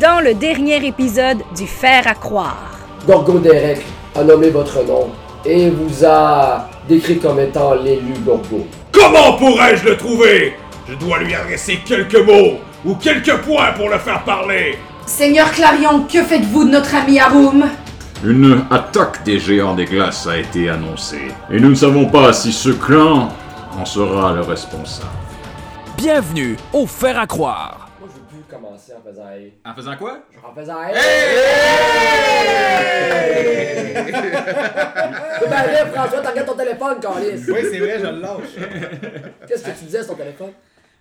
dans le dernier épisode du Faire à croire. Gorgo Derek a nommé votre nom et vous a décrit comme étant l'élu Gorgo. Comment pourrais-je le trouver Je dois lui adresser quelques mots ou quelques points pour le faire parler. Seigneur Clarion, que faites-vous de notre ami Arum Une attaque des géants des glaces a été annoncée. Et nous ne savons pas si ce clan en sera le responsable. Bienvenue au Faire à croire. Moi, je veux plus commencer en faisant hey. En faisant quoi? En faisant hey! Hey! Ben, viens, François, t'as ton téléphone, Carlis. Oui, c'est vrai, je le lâche. Qu'est-ce que tu disais sur ton téléphone?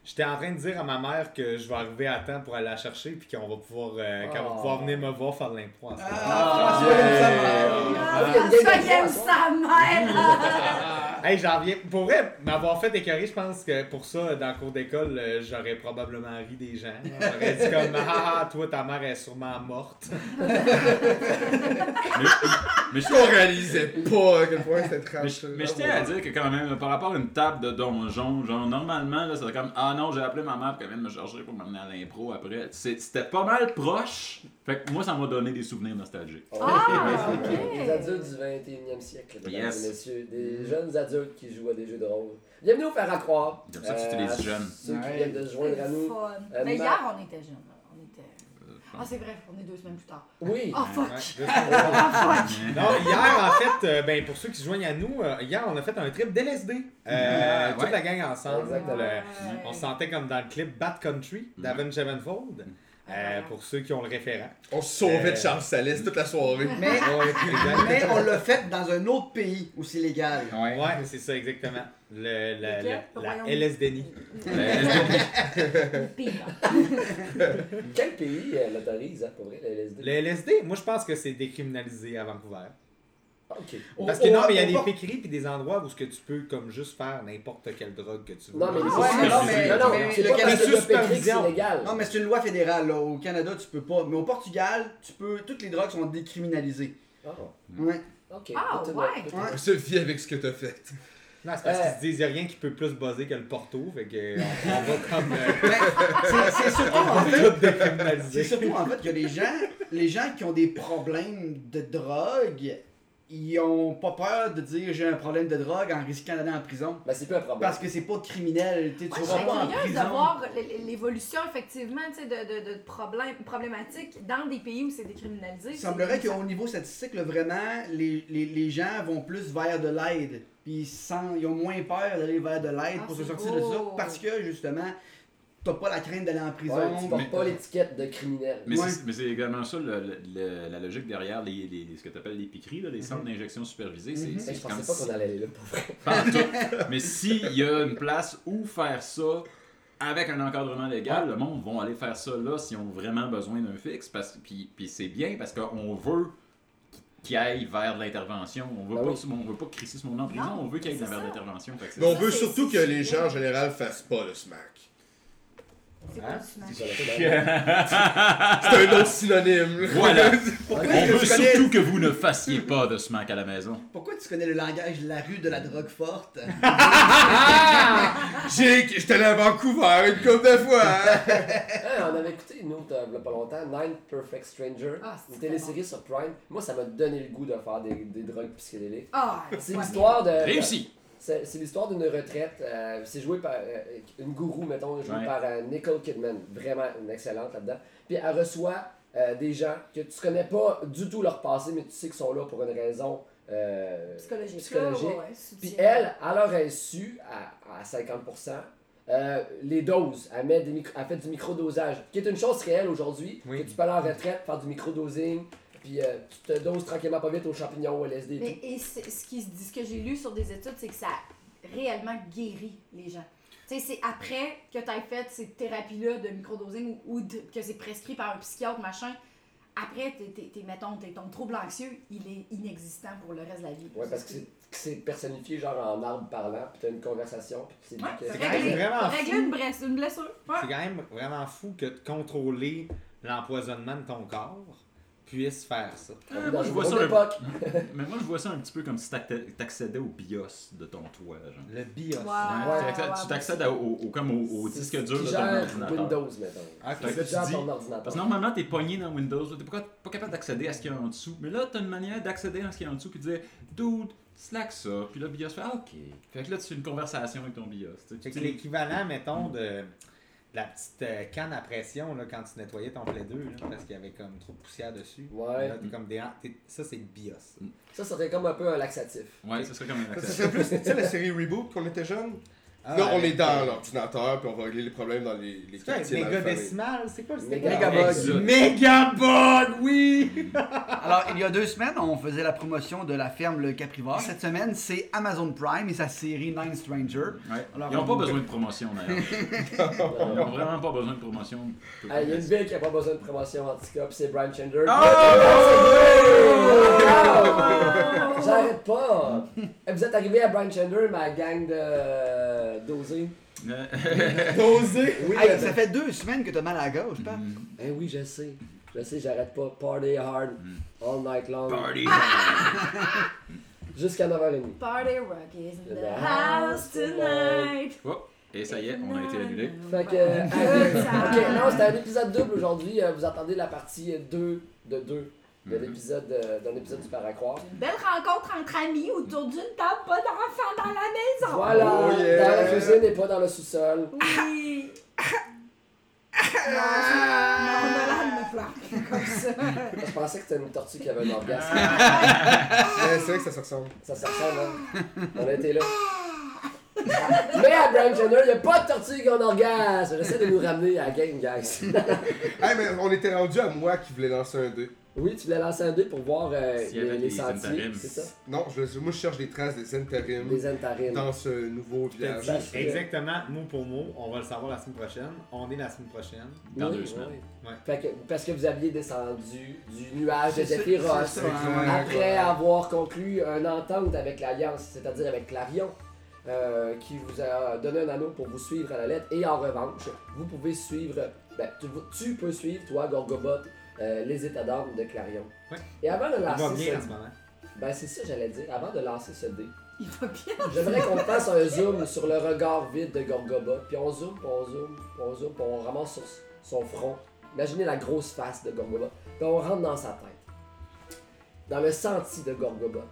J'étais en train de dire à ma mère que je vais arriver à temps pour aller la chercher puis qu'on va pouvoir euh, qu'elle va pouvoir venir me voir faire de l'impro. ensemble. Ah, il y a une game de Ça, il aime points, ça. sa mère! Hey, j'en reviens. Pour vrai, m'avoir fait écœurer, je pense que pour ça, dans le cours d'école, euh, j'aurais probablement ri des gens. J'aurais dit comme Ah, ah, toi, ta mère est sûrement morte. Mais, mais je On réalisait pas à quel point c'était trash. Ah, mais je- mais je tiens à dire que quand même, par rapport à une table de donjon, genre normalement, là, c'était comme Ah non, j'ai appelé ma mère pour qu'elle vienne me chercher pour m'amener à l'impro après. C'est- C'était pas mal proche. Fait que moi, ça m'a donné des souvenirs nostalgiques. Ah, ok. Les adultes du 21e siècle, mesdames Yes. et messieurs. Des jeunes adultes qui jouent à des jeux de rôle. Bienvenue au Faire à croire. Euh, J'aime ça que tu utilises à jeune. Ceux qui Ouais. viennent de se joindre à nous. Fun. Euh, Mais ma- hier, on était jeunes. là. On était... Ah, c'est vrai, on est deux semaines plus tard. Oui. Ah, Oh, fuck! Ouais, deux secondes. non, hier, en fait, euh, ben, pour ceux qui se joignent à nous, euh, hier, on a fait un trip d'LSD. Euh, Ouais. Toute la gang ensemble. Exactement. Le- Ouais. on se sentait comme dans le clip Bad Country d'Avenge Sevenfold. Euh, pour ceux qui ont le référent. Euh, On se sauvait de Charles Salès toute la soirée. Mais, Ouais, exact. mais on l'a fait dans un autre pays où c'est légal. Ouais, c'est ça, exactement. Le, le- Lequel? le- Voyons. la LSDNI. Pire. Quel pays euh, l'autorise, hein, pour vrai, le LSD? Le LSD, moi je pense que c'est décriminalisé à Vancouver. Ah, Ok. Parce Oh, que oh, non, mais il y a oh, des oh. péqueries puis des endroits où ce que tu peux comme juste faire n'importe quelle drogue que tu veux. Non, mais Ah, Ouais, c'est non, supervisé. mais- non, non, mais c'est le pas parce Canada que le Pékin, supervision. c'est légal. Non, mais c'est une loi fédérale. là. Au Canada, tu peux pas. Mais au Portugal, tu peux. Toutes les drogues sont décriminalisées. Ah, Ouais. ok. Ah, Écoute, ouais. écoute, Ouais. On se vit avec ce que t'as fait. Non, c'est parce Euh. qu'ils se disent il y a rien qui peut plus buzzer que le Porto, fait que on, on va comme euh, Ben, c'est- c'est surtout en fait. tout décriminaliser. C'est surtout en fait que les gens, les gens qui ont des problèmes de drogue, ils ont pas peur de dire j'ai un problème de drogue en risquant d'aller en prison. Ben, c'est plus un problème. Parce que c'est pas de criminel, tu sais, Moi, tu je vas serais pas en curieuse de prison. voir l- l- l'évolution, effectivement, tu sais, de, de, de problèmes, problématiques dans des pays où c'est décriminalisé. Il semblerait qu'au niveau statistique, là, vraiment, les, les, les gens vont plus vers de l'aide. Puis sans, ils ont moins peur d'aller vers de l'aide Ah, pour se c'est sortir beau. de ça. Parce que justement, t'as pas la crainte d'aller en prison. Ouais, tu Mais- portes pas l'étiquette de criminel. Mais Ouais. c'est- mais c'est également ça le- le- le- la logique derrière les, les- ce que tu appelles les piqueries, Mm-hmm. là, les centres d'injection supervisés. C'est Hey, c'est Ben, Je comme pensais pas si- qu'on allait aller là pour vrai. Pas en tout. Mais s'il y a une place où faire ça avec un encadrement légal, le monde vont aller faire ça là s'ils ont vraiment besoin d'un fixe. Parce, puis, puis c'est bien parce qu'on veut qu'il aille vers de l'intervention. On veut Ben pas oui. que ce- on veut pas crisser ce monde en prison, Non, on veut qu'il aille c'est vers ça. l'intervention. Fait que c'est Mais on Ça, veut c'est- surtout que c'est- les gens en général fassent pas le smack. C'est Hein? quoi, tu m'as dit? Ça l'a fait mal. C'est un autre synonyme. Voilà. Pourquoi, On tu veut connais, surtout que vous ne fassiez pas de smack à la maison. pourquoi tu connais le langage de la rue de la drogue forte? J'ai- J'étais allé à Vancouver une couple de fois. hein. Hein, on avait écouté une autre, euh, il y a pas longtemps, Nine Perfect Stranger, Ah, c'est une télésérie sur Prime. Moi, ça m'a donné le goût de faire des, des drogues psychédéliques. Ah, C'est ouais. l'histoire de. Réussi! C'est c'est l'histoire d'une retraite. euh, c'est joué par euh, une gourou, mettons, jouée Ouais. par euh, Nicole Kidman. Vraiment une excellente là-dedans. Puis elle reçoit euh, des gens que tu connais pas du tout leur passé, mais tu sais qu'ils sont là pour une raison euh, Psychologique. psychologique. Ouais, ouais, Puis soutien. elle, à leur insu, à, à 50%, euh, les doses, elle, met des micro- elle fait du microdosage, qui est une chose réelle aujourd'hui, Oui. que tu peux aller en retraite, faire du microdosing, puis euh, tu te doses tranquillement pas vite aux champignons, au LSD et Mais tout. et c'est- ce, qui, se dit- ce que j'ai lu sur des études, c'est que ça réellement guérit les gens. Tu sais, c'est après que tu as fait ces thérapies-là de microdosing ou, ou de- que c'est prescrit par un psychiatre, machin. Après, t'es, t'es- t'es, mettons, t'es- ton trouble anxieux, il est inexistant pour le reste de la vie. Ouais, parce que c'est- que c'est personnifié genre en arbre parlant, puis t'as une conversation, puis c'est lui Ouais, qui- c'est quand même réglé, vraiment Régler fou. une, bless- une blessure. Ouais. C'est quand même vraiment fou que de contrôler l'empoisonnement de ton corps puisse faire ça. Ah, moi, je vois Bonne ça un- époque. Mais moi, je vois ça un petit peu comme si t'ac- t'accédais au BIOS de ton toit. Genre. Le BIOS. Wow. Ouais, t'accè- tu t'accèdes au, au- au- comme au, au disque dur de ton Gère ordinateur. Windows, mettons. Ah, Fait que C'est là, qui gère tu ton dis- ordinateur. Parce que normalement, t'es pogné dans Windows, là, t'es pas, pas capable d'accéder à ce qu'il y a en dessous. Mais là, t'as une manière d'accéder à ce qu'il y a en dessous qui disait Dude, slack ça. Puis là, BIOS fait Ah, ok. Fait que là, tu fais une conversation avec ton BIOS. tu sais. Fait que l'équivalent, mettons, de, de la petite euh, canne à pression là, quand tu nettoyais ton plaid 2 là, parce qu'il y avait comme trop de poussière dessus. Ouais. Mm. Là, t'es comme des, t'es- ça, c'est le BIOS. Ça, ça serait comme un peu un laxatif. Ouais, ce serait comme un Ça accès. serait plus, tu sais, la série Reboot qu'on était jeunes? Ah, là, on ouais. est dans l'ordinateur, puis on va régler les problèmes dans les, les C'est quoi, quartiers. dans la méga famille. décimal? C'est quoi le Mégabug. Exode. Mégabug, oui! Alors, il y a deux semaines, on faisait la promotion de la ferme Le Caprivore. Cette semaine, c'est Amazon Prime et sa série Nine Stranger. Ouais. Alors, Ils n'ont on- pas besoin de promotion d'ailleurs. Ils n'ont vraiment pas besoin de promotion. Il y a une ville qui a pas besoin de promotion en tout cas, puis c'est Brian Chandler. Oh! Oh! Wow! J'arrête pas! Et Vous êtes arrivé à Brian Chandler, ma gang de dosés. Euh, Dosé! Oui, Hey, ça fait deux semaines que t'as mal à la gauche, pas? Eh oui, je sais. Je sais, j'arrête pas. Party hard, all night long, Hmm. Party. jusqu'à 9h30. Party rock is in The the house tonight. Oh, et ça y est, on a été annulé. Fait que. Ouais. allez. Ça- ok, non, c'était un épisode double aujourd'hui. Euh, Vous entendez la partie 2 de 2 de Mhm. l'épisode euh, d'un épisode du Paracroire. Une belle rencontre entre amis autour d'une table, pas d'enfants dans la maison. Voilà! Oh, yeah. Dans la cuisine et pas dans le sous-sol. Oui. Ah. Non, Nolan me flatte comme ça. Je pensais que c'était une tortue qui avait un orgasme. Ouais, c'est vrai que ça se ressemble. Ça se ressemble, hein? On a été là. Mais à Brian Jenner, il n'y a pas de tortue qui a un orgasme. J'essaie de nous ramener à la game, guys. Hey, mais on était rendu à moi qui voulais lancer un dé. oui, tu voulais lancer un dé pour voir euh, S'il y les, avait les des sentiers, interims. c'est ça? Non, je, moi je cherche des traces des intérims Les intarims. dans ce nouveau village. Ça se fait. Exactement, mot pour mot, on va le savoir la semaine prochaine. On est la semaine prochaine. Dans Oui, deux oui. semaines. Ouais. Fait que, parce que vous aviez descendu du nuage de C'est ça, Zephyros c'est ça, ouais. Ah, après avoir conclu une entente avec l'Alliance, c'est-à-dire avec Clarion, euh, qui vous a donné un anneau pour vous suivre à la lettre. Et en revanche, vous pouvez suivre, ben, tu, tu peux suivre, toi, Gorgobot, euh, les états d'âme de Clarion. Ouais. Et avant de On va lancer bien en ce ce moment. ben c'est ça j'allais dire, avant de lancer ce dé, Il va bien. j'aimerais qu'on fasse un zoom sur le regard vide de Gorgobot, puis on zoome, puis on zoome, puis on zoome, puis on ramasse sur son front. Imaginez la grosse face de Gorgobot, puis on rentre dans sa tête, dans le senti de Gorgobot,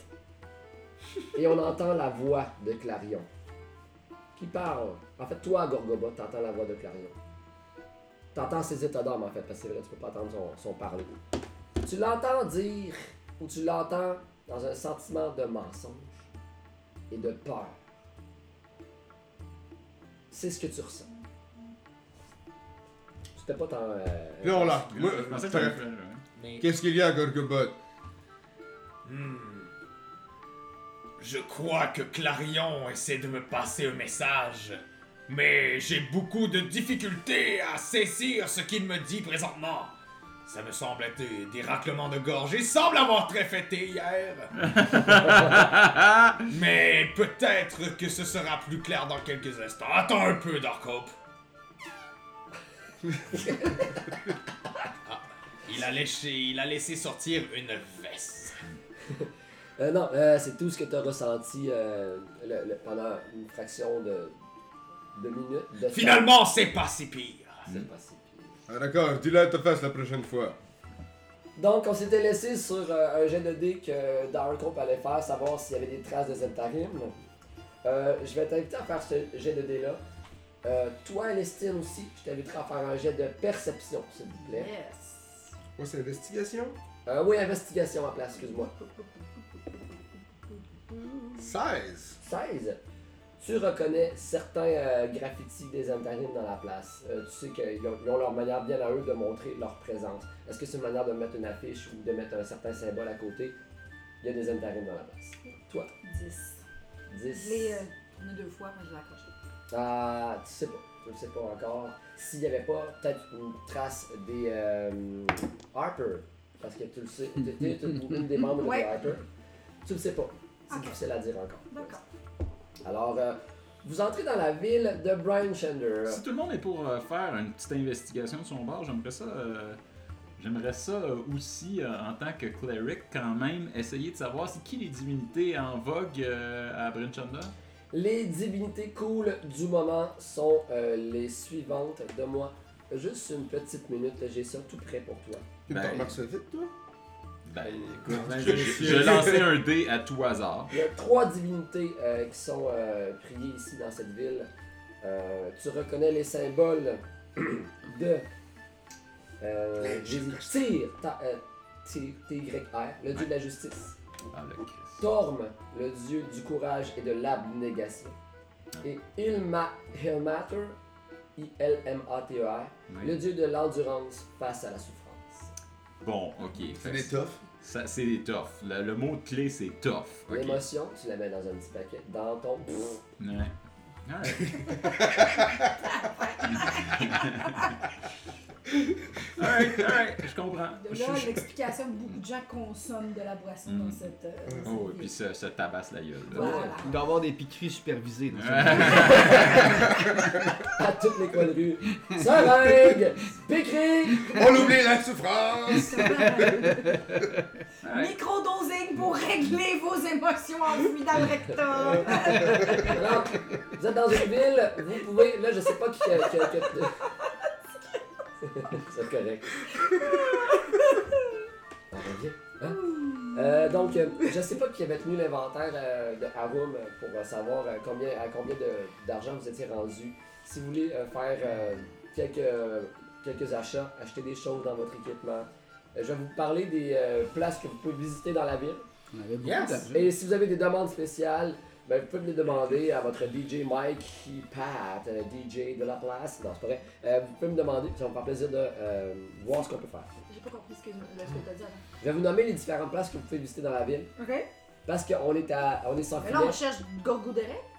et on entend la voix de Clarion, qui parle. En fait, toi, Gorgobot, t'entends la voix de Clarion. T'entends ses états d'âme, en fait, parce que c'est vrai, tu peux pas entendre son, son parler. Tu l'entends dire, ou tu l'entends dans un sentiment de mensonge et de peur. C'est ce que tu ressens. C'était pas tant. euh, Puis là, on l'a. Je Moi, pensais que t'aurais- t'aurais fait, ouais. Mais Qu'est-ce qu'il y a, Gorgobot Je crois que Clarion essaie de me passer un message, mais j'ai beaucoup de difficultés à saisir ce qu'il me dit présentement. Ça me semble être des, des raclements de gorge. Il semble avoir très fêté hier. mais peut-être que ce sera plus clair dans quelques instants. Attends un peu, Dark Hope. Ah, il, a léché, il a laissé sortir une veste. Euh, non, euh, c'est tout ce que tu as ressenti euh, le- le- pendant une fraction de, de minutes. De temps. Finalement, c'est pas si pire. C'est pas si pire. Ah, D'accord, dis-le à ta face la prochaine fois. Donc, on s'était laissé sur euh, un jet de dés que Dark Hope allait faire, savoir s'il y avait des traces de Zentarim. Euh, je vais t'inviter à faire ce jet de dés-là. Euh, toi, Lestine aussi, je t'inviterai à faire un jet de perception, s'il vous plaît. Yes. Moi, c'est investigation Euh, oui, investigation en place, excuse-moi. 16 16. Tu reconnais certains euh, graffitis des Zentarim dans la place. Euh, tu sais qu'ils ont, ils ont leur manière bien à eux de montrer leur présence. Est-ce que c'est une manière de mettre une affiche ou de mettre un certain symbole à côté? Il y a des Zentarim dans la place. Toi, 10. 10. Je l'ai euh, tourné deux fois, mais je l'ai accroché. Ah, tu sais pas. Je sais pas encore. S'il n'y avait pas peut-être une trace des euh, Harper, parce que tu le sais, tu es une des membres Ouais. de Harper, tu le sais pas. C'est Ok. difficile à dire encore. D'accord. Alors, euh, vous entrez dans la ville de Brian Chandler. Si tout le monde est pour euh, faire une petite investigation de son bar, j'aimerais ça. euh, J'aimerais ça euh, aussi, euh, en tant que cleric, quand même, essayer de savoir c'est qui les divinités en vogue euh, à Brinchanda. Les divinités cool du moment sont euh, les suivantes de moi. Juste une petite minute, là, j'ai ça tout prêt pour toi. Tu me Ben- remarques ça vite, toi? Ben, Mesdames et je, je- messieurs. je lançais un dé à tout hasard. Il y a trois divinités euh, qui sont euh, priées ici dans cette ville. Euh, tu reconnais les symboles de euh, Tyr, ta- euh, Tyr, T-Y-R, le dieu de la justice. Ah, le Christ. Torm, le dieu du courage et de l'abnégation. Et Ilma, Ilmater, I-L-M-A-T-E-R, Oui. E le dieu de l'endurance face à la souffrance. Bon, ok. C'est fait des que toughs. ça- C'est des toughs. Le, le mot clé, c'est tough. Ok. L'émotion, tu la mets dans un petit paquet, dans ton... Ouais. Alright. alright, alright, je comprends. De Je- là, je- l'explication que beaucoup de gens consomment de la boisson Mm. dans cette. euh, dans Oh, et cette puis ville. ça, ça tabasse la gueule. là. Voilà. Il doit y avoir des piqueries supervisées. Dans ça. à toutes les coins de rue. Seringue! Pécré! On oublie la souffrance! Microdosing pour régler vos émotions enfouies dans le rectum. Alors, vous êtes dans une ville, vous pouvez. Là, je sais pas qui. qui, qui- qui- C'est correct. On revient. Hein? Euh, donc, euh, je sais pas qui avait tenu l'inventaire euh, de Harum euh, pour euh, savoir euh, combien, à combien de- d'argent vous étiez rendu. Si vous voulez euh, faire euh, quelques, quelques achats, acheter des choses dans votre équipement, euh, je vais vous parler des euh, places que vous pouvez visiter dans la ville. On avait beaucoup Yes. d'argent. Et si vous avez des demandes spéciales, ben, vous pouvez me les demander à votre DJ Mike qui Pat, euh, DJ de la place. Non, c'est pas vrai. Euh, vous pouvez me demander, ça va me faire plaisir de euh, voir ce qu'on peut faire. J'ai pas compris ce que, là, ce que t'as dit avant. Je vais vous nommer les différentes places que vous pouvez visiter dans la ville. Ok. Parce qu'on est, à, on est sans Mais filet. là, on cherche Gorgo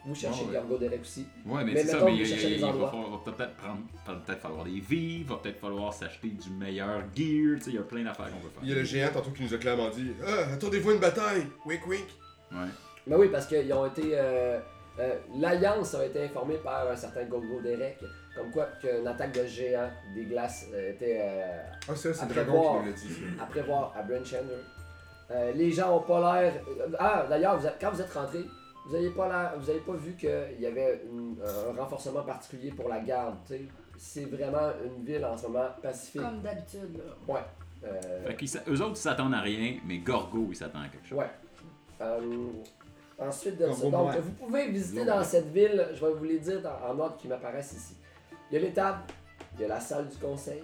Vous cherchez Oh, ouais. Gargo Derek aussi. Ouais, mais, Mais c'est ça, mettons mais que il, vous cherchez il- des il va, endroits. falloir- va peut-être prendre, va peut-être falloir des vivres, va peut-être falloir s'acheter du meilleur gear, tu sais, il y a plein d'affaires qu'on peut faire. Il y a le géant tantôt qui nous a clairement dit Ah, attendez-vous à une bataille! Wink wink! Ouais. Ben oui, parce qu'ils ont été. euh, euh, L'Alliance a été informée par un certain Gogo Derek, comme quoi qu'une attaque de géants des glaces euh, était euh, Ah, ça, c'est Après Dragon voir. qui nous l'a dit. à prévoir à Brenchander. Euh, les gens ont pas l'air. euh, Ah, d'ailleurs, vous êtes- quand vous êtes rentrés, vous n'avez pas, l'air- vous avez pas vu qu'il y avait une- euh, un renforcement particulier pour la garde. tu sais. C'est vraiment une ville en ce moment pacifique. Comme d'habitude, là. Ouais. Euh, Fait qu'ils s'a- eux autres, ils s'attendent à rien, mais Gorgo, il s'attend à quelque chose. ouais. Euh, ensuite de Comme ça, au donc, moins. vous pouvez visiter dans cette ville, je vais vous les dire dans- en ordre qui m'apparaissent ici. Il y a l'étable, il y a la salle du conseil,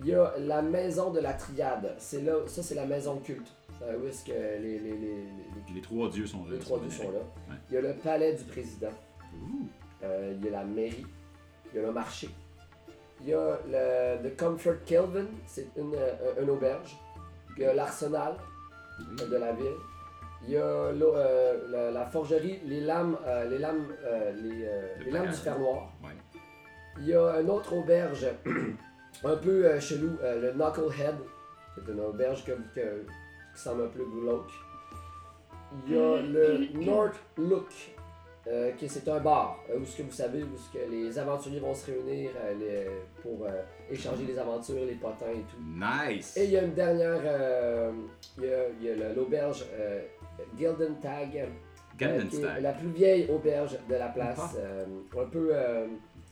il y a la maison de la triade. C'est là, ça c'est la maison culte. Euh, où est-ce que les- les- les- les Les trois dieux sont Les sont trois dieux venus sont là. Ouais. Il y a le palais du président, avec. Ouh. Euh, il y a la mairie, il y a le marché, il y a le The Comfort Kelvin, c'est une, euh, une auberge, il y a l'arsenal euh, de la ville, il y a l'eau- euh, la, la forgerie, les lames, euh, les lames, euh, les, euh, Le les lames Palais. du fer noir. Ouais. Il y a une autre auberge un peu euh, chelou, euh, le Knucklehead. C'est une auberge comme que, qui semble un peu glauque. Il y a le North Look, euh, qui c'est un bar euh, où ce que vous savez où ce que les aventuriers vont se réunir euh, les- pour euh, échanger les aventures, les potins et tout. Nice! Et il y a une dernière, euh, il y a- il y a le- l'auberge euh, Gilden Tag, euh, qui est Gandenstag. la plus vieille auberge de la place, euh, un peu euh,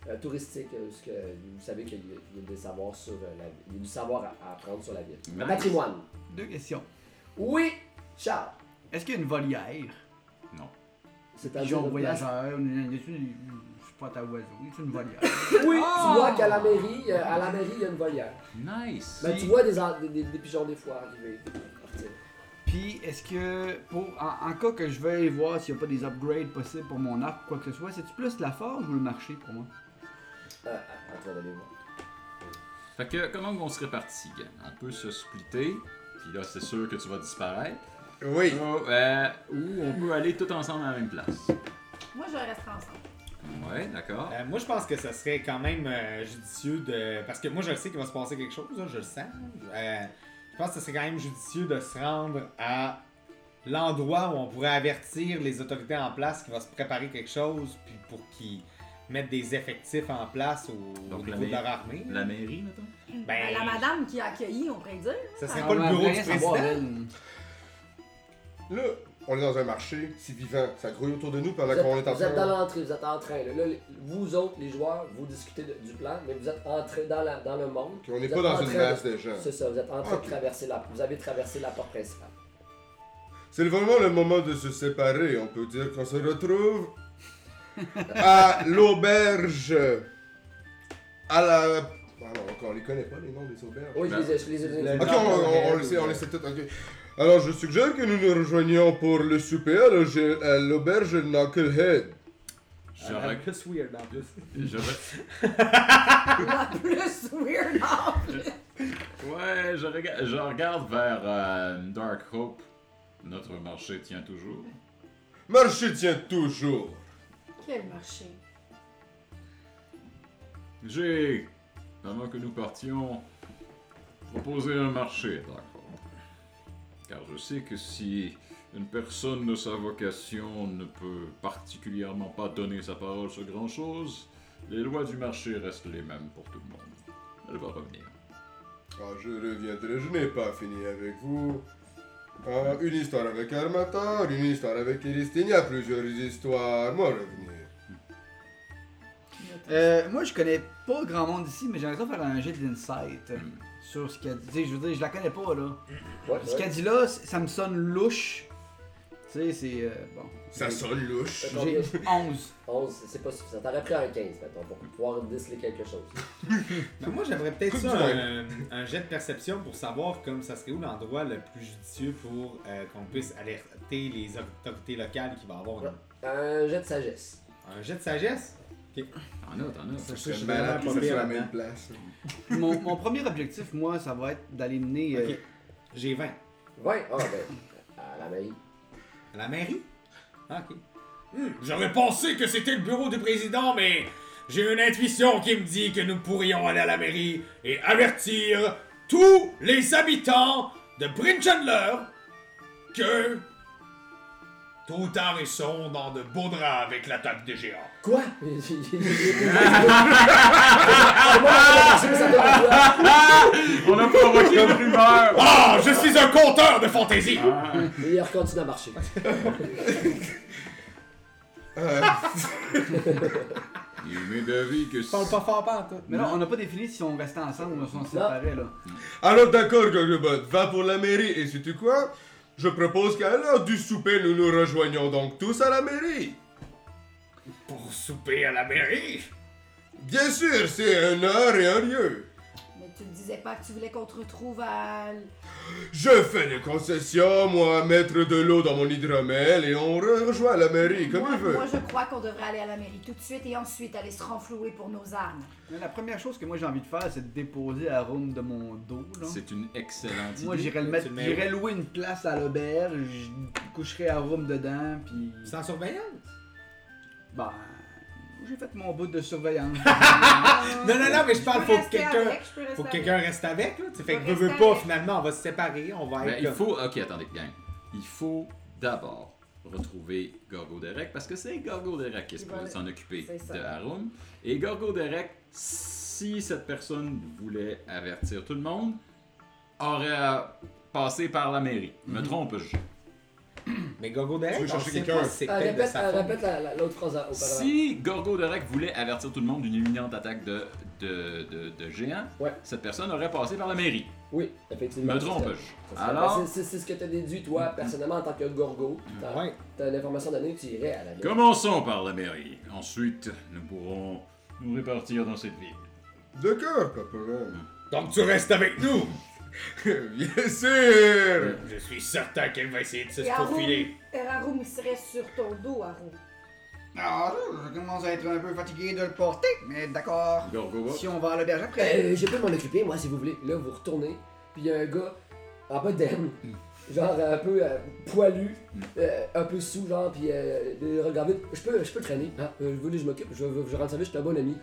euh, touristique, euh, parce que vous savez qu'il y, a- il y a des savoirs sur euh, la ville, il y a du savoir à, à apprendre sur la ville. Le Nice. patrimoine. Deux questions. Oui, Charles. Est-ce qu'il y a une volière? Non. C'est un Pigeon genre voyageur, une- une- une- je suis pas ta oiseau, c'est une volière. Oui, tu vois qu'à la mairie, euh, à la mairie, il y a une volière. Nice! Ben, tu vois des, en- des, des- des pigeons des fois arriver. partir. Puis, est-ce que, pour, en, en cas que je veuille voir s'il n'y a pas des upgrades possibles pour mon arc ou quoi que ce soit, c'est-tu plus la forge ou le marché pour moi? Ah, ah, attends, allez voir. Fait que, comment on se répartit, Gan? On peut se splitter, puis là, c'est sûr que tu vas disparaître. Oui! Ou, euh, ou on peut aller tout ensemble à la même place. Moi, je resterai ensemble. Ouais, d'accord. Euh, moi, je pense que ça serait quand même euh, judicieux de. Parce que moi, je sais qu'il va se passer quelque chose, hein, je le sens. Euh, je pense que ce serait quand même judicieux de se rendre à l'endroit où on pourrait avertir les autorités en place qu'il va se préparer quelque chose, puis pour qu'ils mettre des effectifs en place au, au Donc, niveau la de mairie- leur armée. La mairie, mettons? Ben, Ben, la madame qui a accueilli, on pourrait dire. Ça hein, serait la- pas le Ah, bureau Faudrait du savoir, président. Là, on est dans un marché, c'est vivant, ça grouille autour de nous pendant Vous qu'on êtes, est en vous êtes dans train. l'entrée, vous êtes en train. Là. Là, les- vous autres, les joueurs, vous discutez de- du plan, mais vous êtes entrés dans, la- dans le monde. on n'est Vous pas êtes dans en une train masse de gens. C'est ça, vous êtes en train Ok. de traverser la... Vous avez traversé la porte principale. C'est vraiment le moment de se séparer. On peut dire qu'on se retrouve à l'auberge. À la. Ah non, encore, on les connaît pas les noms des auberges. Oui, je les ai- je les ai- Ok, on, on- on le sait, on le sait tout. ok. Alors, je suggère que nous nous rejoignions pour le souper à l'auge- à l'auberge Knucklehead. Je rec- Ah, plus weird en plus. Je La plus weird en plus. Ouais, je, rega- je regarde vers euh, Dark Hope. Notre marché tient toujours. Marché tient toujours. Quel marché. J'ai, avant que nous partions, proposé un marché, d'accord. Car je sais que si une personne de sa vocation ne peut particulièrement pas donner sa parole sur grand-chose, les lois du marché restent les mêmes pour tout le monde. Elle va revenir. Ah, je reviendrai, je n'ai pas fini avec vous. Ah, une histoire avec Armator, une histoire avec Elistine, il y a plusieurs histoires. Moi, revenir. Euh, moi, je connais pas grand monde ici, mais j'aimerais ça faire un jet d'insight euh, sur ce qu'elle dit. Tu sais, Je veux dire, je la connais pas, là. ce ouais. qu'elle dit là, c- ça me sonne louche. Tu sais, c'est. euh, bon. Ça sonne louche. Fait combien? J'ai 11. 11, c'est pas suffisant. T'aurais pris un 15, mettons, pour pouvoir déceler quelque chose. Mais moi, j'aimerais peut-être Coupe ça, du un, un jet de perception pour savoir comme ça serait où l'endroit le plus judicieux pour euh, qu'on puisse alerter les autorités locales qui va avoir une- Un jet de sagesse. un jet de sagesse. Ok. T'en as, t'en as. Ça, serait je suis malade malade, que pas ça pire soit la là-dedans. même place. mon, mon premier objectif, moi, ça va être d'aller mener. euh, Ok. J'ai 20. 20? Ah, ben, à la mairie. À la mairie? Ah, ok. Hmm, J'aurais pensé que c'était le bureau du président, mais j'ai une intuition qui me dit que nous pourrions aller à la mairie et avertir tous les habitants de Bryn Chandler que tôt ou tard ils sont dans de beaux draps avec la table des géants. Quoi? On a provoqué une rumeur! Ah, je suis un conteur de fantaisie! Ah. Et il continue à marcher. Il m'est d'avis que si... Parle pas fort, pas en tout. Mais là, Non. on n'a pas défini si on restait ensemble ou si on se séparait, là. Alors, d'accord, Gogobot, va pour la mairie. Et sais-tu quoi Je propose qu'à l'heure du souper, nous nous rejoignons donc tous à la mairie. Pour souper à la mairie? Bien sûr, c'est un heure et un lieu. Mais tu me disais pas que tu voulais qu'on te retrouve à. l- Je fais des concessions, moi, mettre de l'eau dans mon hydromel et on re- rejoint la mairie comme moi, il veut. moi, je crois qu'on devrait aller à la mairie tout de suite et ensuite aller se renflouer pour nos armes. Mais la première chose que moi j'ai envie de faire, c'est de déposer la room de mon dos, là. C'est une excellente idée. Moi, j'irais le mettre, Tu le mets où? j'irais louer une place à l'auberge, je coucherais à room dedans, puis. Sans surveillance? Ben. J'ai fait mon bout de surveillance. Ah! Non, non, non, mais je parle, peux faut que rester quelqu'un avec, je peux rester faut que avec. quelqu'un reste avec. Là. Tu fais que Je veux, vais veux rester pas, avec. finalement, on va se séparer, on va Ben, être il comme- faut. Ok, attendez, gang. Il faut d'abord retrouver Gorgo Derek parce que c'est Gorgo Derek qui se Il va- peut s'en occuper c'est ça. de Harum. Et Gorgo Derek, si cette personne voulait avertir tout le monde, aurait à passer par la mairie. Je Mhm. Me trompe, je. Mais Gorgo Tu Derek, veux chercher on sait quelqu'un? pas si c'est Ah, peut-être de répète sa ah, faute. répète la- la- l'autre phrase auparavant. Si Gorgo Derek voulait avertir tout le monde d'une imminente attaque de, de, de, de géant, cette personne aurait passé par la mairie. Oui, effectivement. Me trompe, Ça je. serait- Alors. ben, C'est c'est- c'est ce que t'as déduit, toi, personnellement, en tant que gorgo. T'as t'as l'information donnée, tu irais à la mairie. Commençons par la mairie. Ensuite, nous pourrons nous répartir dans cette ville. D'accord, pas de problème. Donc tu restes avec nous! Bien sûr! Je suis certain qu'elle va essayer de se et Harum- profiler. et Harum serait sur ton dos, Harum. Ah, là, je commence à être un peu fatigué de le porter, mais d'accord. Gorgo. Si on va à l'auberge après. Euh, je peux m'en occuper, moi, si vous voulez. Là, vous retournez, puis il y a un gars en bas d'elle, genre un peu euh, poilu, euh, un peu sous, genre, puis euh, le regard vide. Je peux, je peux traîner. hein. Euh, vous voulez, je m'occupe, je, je rends service, je suis un bon ami.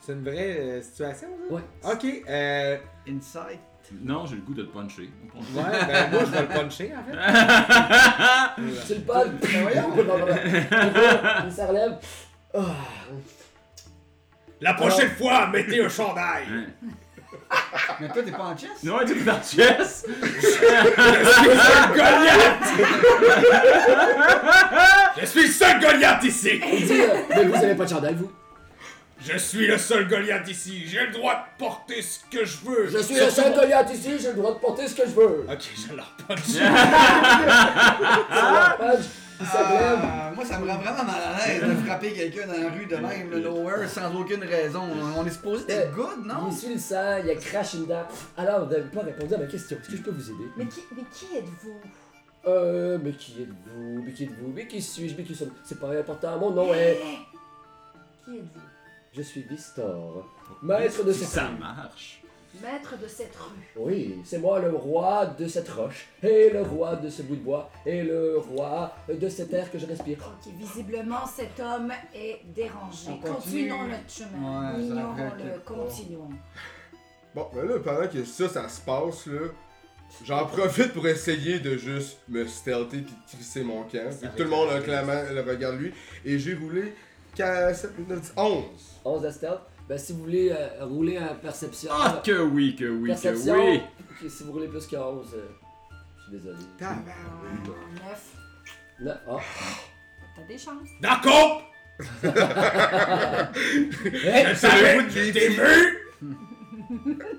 C'est une vraie euh, situation, là? Ouais. Ok, euh... Insight. Non, j'ai le goût de le puncher. Ouais, ben moi, je vais le puncher, en Ah C'est le pod! Ben voyons! Il se relève. La prochaine Alors- fois, mettez un chandail! Mais toi, t'es pas en chess? Non, t'es dans chess! Je suis le seul Goliath ici! euh, Mais vous avez pas de chandail, vous? Je suis le seul Goliath ici! J'ai le droit de porter ce que je veux! Je suis le seul Goliath ici, j'ai le droit de porter ce que je veux. Ok, je l'emporte. Ah, moi, ça me rend vraiment mal à l'aise de frapper quelqu'un dans la rue de même, le nowhere, sans aucune raison. On est supposé être good, non? Euh, Il suit le sang, il a craché une dent. Alors, vous n'avez pas répondu à ma question. Est-ce que je peux vous aider? Mais qui, mais qui êtes-vous? Euh, mais qui êtes-vous? Mais qui êtes-vous? Mais qui suis-je? Mais qui sommes C'est pas important, mon Oh, nom est. Qui êtes-vous? Je suis Vistor, maître de cette Ça roche. marche. Maître de cette rue. Oui, c'est moi le roi de cette roche, et le roi de ce bout de bois, et le roi de cette air que je respire. Ok, visiblement, cet homme est dérangé. On continue. Continuons notre chemin. Ouais, ça Ignorons-le. arrête pas. Continuons. Bon, ben là, pendant que ça, ça se passe, là, j'en profite pour essayer de juste me stealther puis de crisser mon camp. Vu que tout le monde le, clama- le regarde lui. Et j'ai roulé 4, 7, 9, 10, 11. 11 de stealth. Ben, si vous voulez euh, rouler un perception. Ah, que oui, que oui, perception. que oui! Ok, si vous roulez plus que 11, euh, je suis désolé. Neuf. Non, oh. T'as des chances. D'accord! Hey, Je savais! bout de Je t'ai bêtise. vu!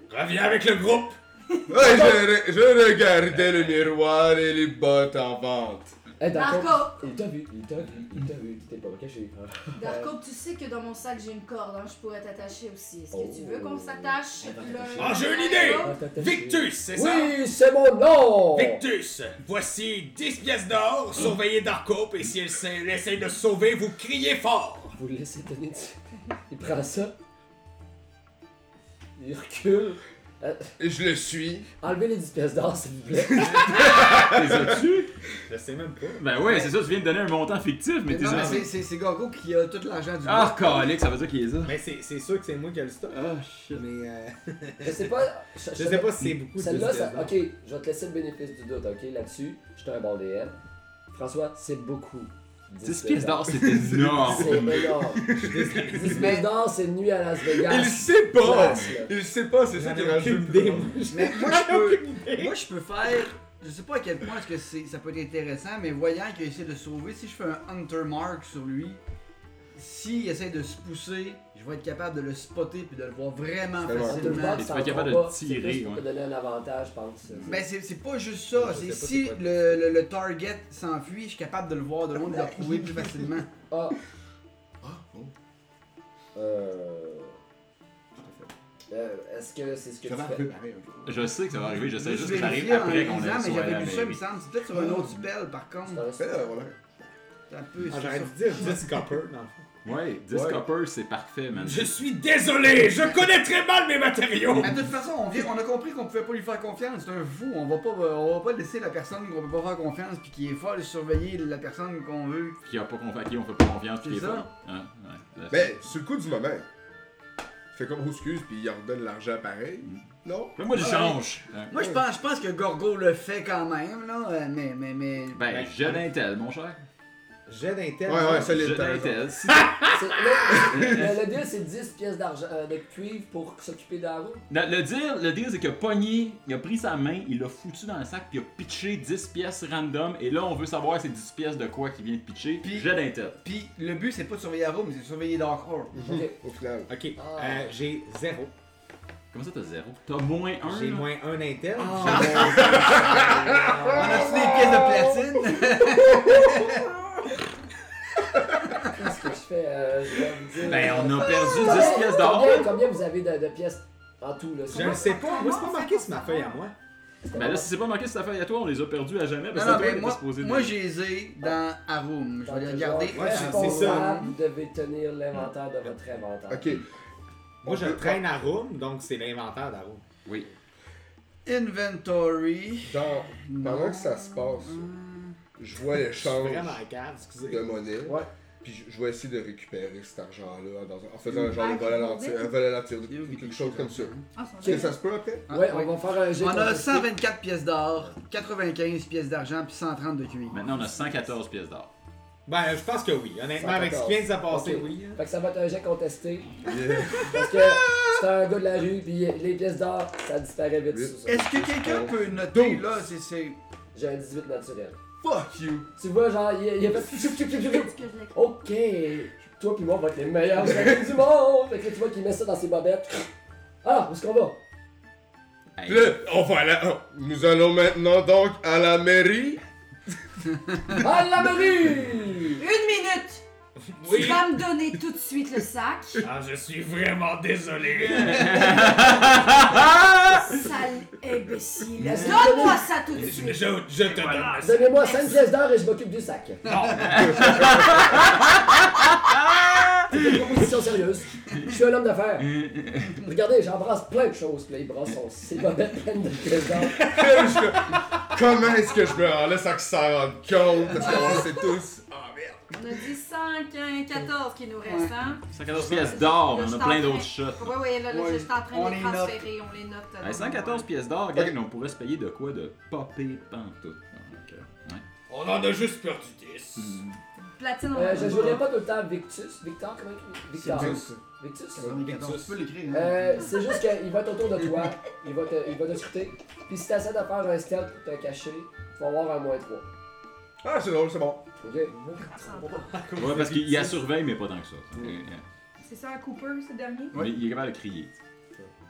Reviens avec le groupe! Ah, Ouais, je, re- je regardais le miroir et les bottes en vente. hey, Darko, Darko! Il t'a vu, il t'a vu, il t'a vu, t'étais pas caché. hein. Darko, tu sais que dans mon sac, j'ai une corde. hein, Je pourrais t'attacher aussi. Est-ce que tu veux qu'on Oh. s'attache? On va l'un t'attacher. Ah, j'ai une à idée! l'autre? Ah, t'as caché. Victus, c'est ça? Oui, c'est mon nom! Victus, voici 10 pièces d'or, surveillez Darko, et si elle s'est- elle essaye de se sauver, vous criez fort! Vous le laissez tenir dessus. Il prend ça. Il recule. Et je le suis. Enlevez les 10 pièces d'or, s'il vous plaît. T'es as-tu? Je sais même pas. Ben ouais, c'est ça, tu viens de donner un montant fictif, mais Mais t'es non, mais c'est- as c'est c'est Gogo qui a tout l'argent du Ah, calique, ça veut dire qu'il est là. Mais c'est c'est sûr que c'est moi qui ai le stock. Ah, shit. Mais euh, Je sais pas. Je, je sais pas si c'est beaucoup Celle-là, de ça. Ok, je vais te laisser le bénéfice du doute, ok? Là-dessus, j'étais un bon DM. François, c'est beaucoup. 10 pièces d'or, c'est énorme. C'est énorme. 10 pièces d'or, c'est une nuit à Las Ah, Vegas. Il sait pas! Place, là. Il sait pas, c'est ça qui J'en ai rajoute aucune le plus idée, drôle. Mais moi, je peux, moi, je peux faire. Je sais pas à quel point est-ce que c'est, ça peut être intéressant, mais voyant qu'il essaie de sauver, si je fais un Hunter Mark sur lui, s'il essaie de se pousser, je vais être capable de le spotter puis de le voir vraiment C'est bon. On te le facilement. voit Mais que tu ça vas être en capable de combat, tirer, C'est juste pour ouais. te donner un avantage, je pense. Mais Ben, c'est, c'est pas juste ça, Je c'est sais pas si c'est quoi. le, le- le target s'enfuit, je suis capable de le voir de loin, de le retrouver plus facilement. Ah. Ah, Euh. euh, Est-ce que c'est ce que tu Ah, ben, fais? Je sais que ça va arriver, je sais juste que ça arrive vérifier après en qu'on lisant, a mais j'avais vu ça, il me le semble. C'est peut-être sur un autre spell, par contre. C'est un Ben là, voilà. C'est un peu. Ah, c'est J'aurais ça. dû dire 10 copper dans le fond. Ouais, 10 Ouais. copper, c'est parfait, man. Je suis désolé, je connais très mal mes matériaux! Mais de toute façon, on, vient, on a compris qu'on pouvait pas lui faire confiance. C'est un fou. On va pas, on va pas laisser la personne qu'on peut pas faire confiance puis qui est folle surveiller la personne qu'on veut. Qui a pas confiance, à qui on fait pas confiance, qui C'est est ça. pas. Hein, ouais, là, Ben, sur le coup du moment, il fait comme Oh, excuse, puis il redonne l'argent pareil. Hmm. Non? Fais-moi du change! Hein. Moi, je pense, je pense que Gorgo le fait quand même, là. euh, Mais, mais, mais. Ben, j'ai l'intel, mon cher. Jet d'intel. Ouais, ouais, ça J'ai l'est. t'as raison. l'intel. Si- C'est- Le, le- le deal, c'est 10 pièces d'argent euh, de cuivre pour s'occuper de la roue. Le le deal, le deal c'est que Pogné, il a pris sa main, il l'a foutu dans le sac, puis il a pitché 10 pièces random, et là on veut savoir c'est 10 pièces de quoi qu'il vient de pitcher. Puis- J'ai l'intel. Puis le but, c'est pas de surveiller la room, c'est de surveiller Dark Horse. Mhm. Ok. Au final. Ok, Ah. euh, j'ai 0. Comment ça t'as zéro? T'as moins un. J'ai là? moins 1 intel. Ah. On a-tu des pièces de platine? Qu'est-ce que je fais? euh, je vais vous dire. Ben on a Combien- Ah! perdu 10 pièces d'or. Combien, combien vous avez de, de pièces en tout? Là, Je le sais pas, moi c'est pas marqué sur ma feuille à moi. Ben là si c'est pas marqué sur ta feuille à toi, on les a perdus à jamais parce non, que non, toi, mais t'es pas moi, supposé moi de- j'ai les ai dans la room. Je vais les regarder. Ouais, c'est c'est ça. ça. Vous devez tenir l'inventaire de votre inventaire. Ok. Moi je traîne à Room, donc c'est l'inventaire d'Aroom. Oui. Inventory. Dans, pendant que ça se passe, je vois Je suis l'échange vraiment à cave, excusez. de monnaie. Ouais. Puis je, je vais essayer de récupérer cet argent-là dans- en faisant un genre de Ah, vol à l'entier, c'est un vol à l'entier, quelque chose comme ça. Ah, ça va. Est-ce que ça se peut après? Ah, ouais, oui. on va faire un jet. On a contre- 124 pièces d'or, 95 pièces d'argent, puis 130 de cuivre. Maintenant on a 114 pièces d'or. Ben, je pense que oui. Honnêtement, avec ce qui vient de se passer, Ok. oui. hein. Fait que ça va être un jet contesté. Yeah. Parce que c'est un gars de la rue, puis les pièces d'or, ça disparaît vite. sous ça. Est-ce que quelqu'un peut noter là c'est- c'est. J'ai un 18 naturel. Fuck you! Tu vois, genre, il y a- il y a pas de. Ok, toi puis moi, on va être les meilleurs amis du monde. Fait que là, tu vois qu'il met ça dans ses bobettes. Ah, où est-ce qu'on va? Le- Oh, on va à la- Nous allons maintenant donc à la mairie. À la mairie! Une minute! Oui. Tu vas me donner tout de suite le sac. Ah, je suis vraiment désolé. Sale imbécile. Donne-moi ça tout de Je, suite. je- je te donne. Donnez-moi 5 pièces d'or et je m'occupe du sac. Non! C'est une proposition sérieuse. Je suis un homme d'affaires. Regardez, j'embrasse plein de choses. Puis là, il brasse son ses bobettes pleines de pièces d'or. Comment est-ce que je me rends là sans qu'ils s'en rendent compte? Parce qu'on le sait tous. On a dit 5, 1, 14 qui nous reste, hein? 114 pièces d'or, Là, on a je suis en plein train- d'autres shots. Ouais, ouais, là, là, Ouais. je suis en On train de les les note. transférer, on les note. Hey, 114 pièces d'or, regarde, on pourrait se payer de quoi de popper pantoute. Donc, euh, ouais. On en a juste perdu 10. Platine, on Euh, je jouerai pas. pas tout le temps Victus. Victor, comment il Victor. Victus. Victus? 94, tu peux l'écrire, hein. Euh, c'est juste qu'il va être autour de toi, il va te, il va te scruter, puis si t'essaies de faire un stealth pour te cacher, tu vas avoir un moins 3. Ah, c'est drôle, c'est bon. Ok? Ouais, parce qu'il y a surveille, mais pas tant que ça. Euh, euh, C'est ça un Cooper, ce dernier? mais Il est capable de crier.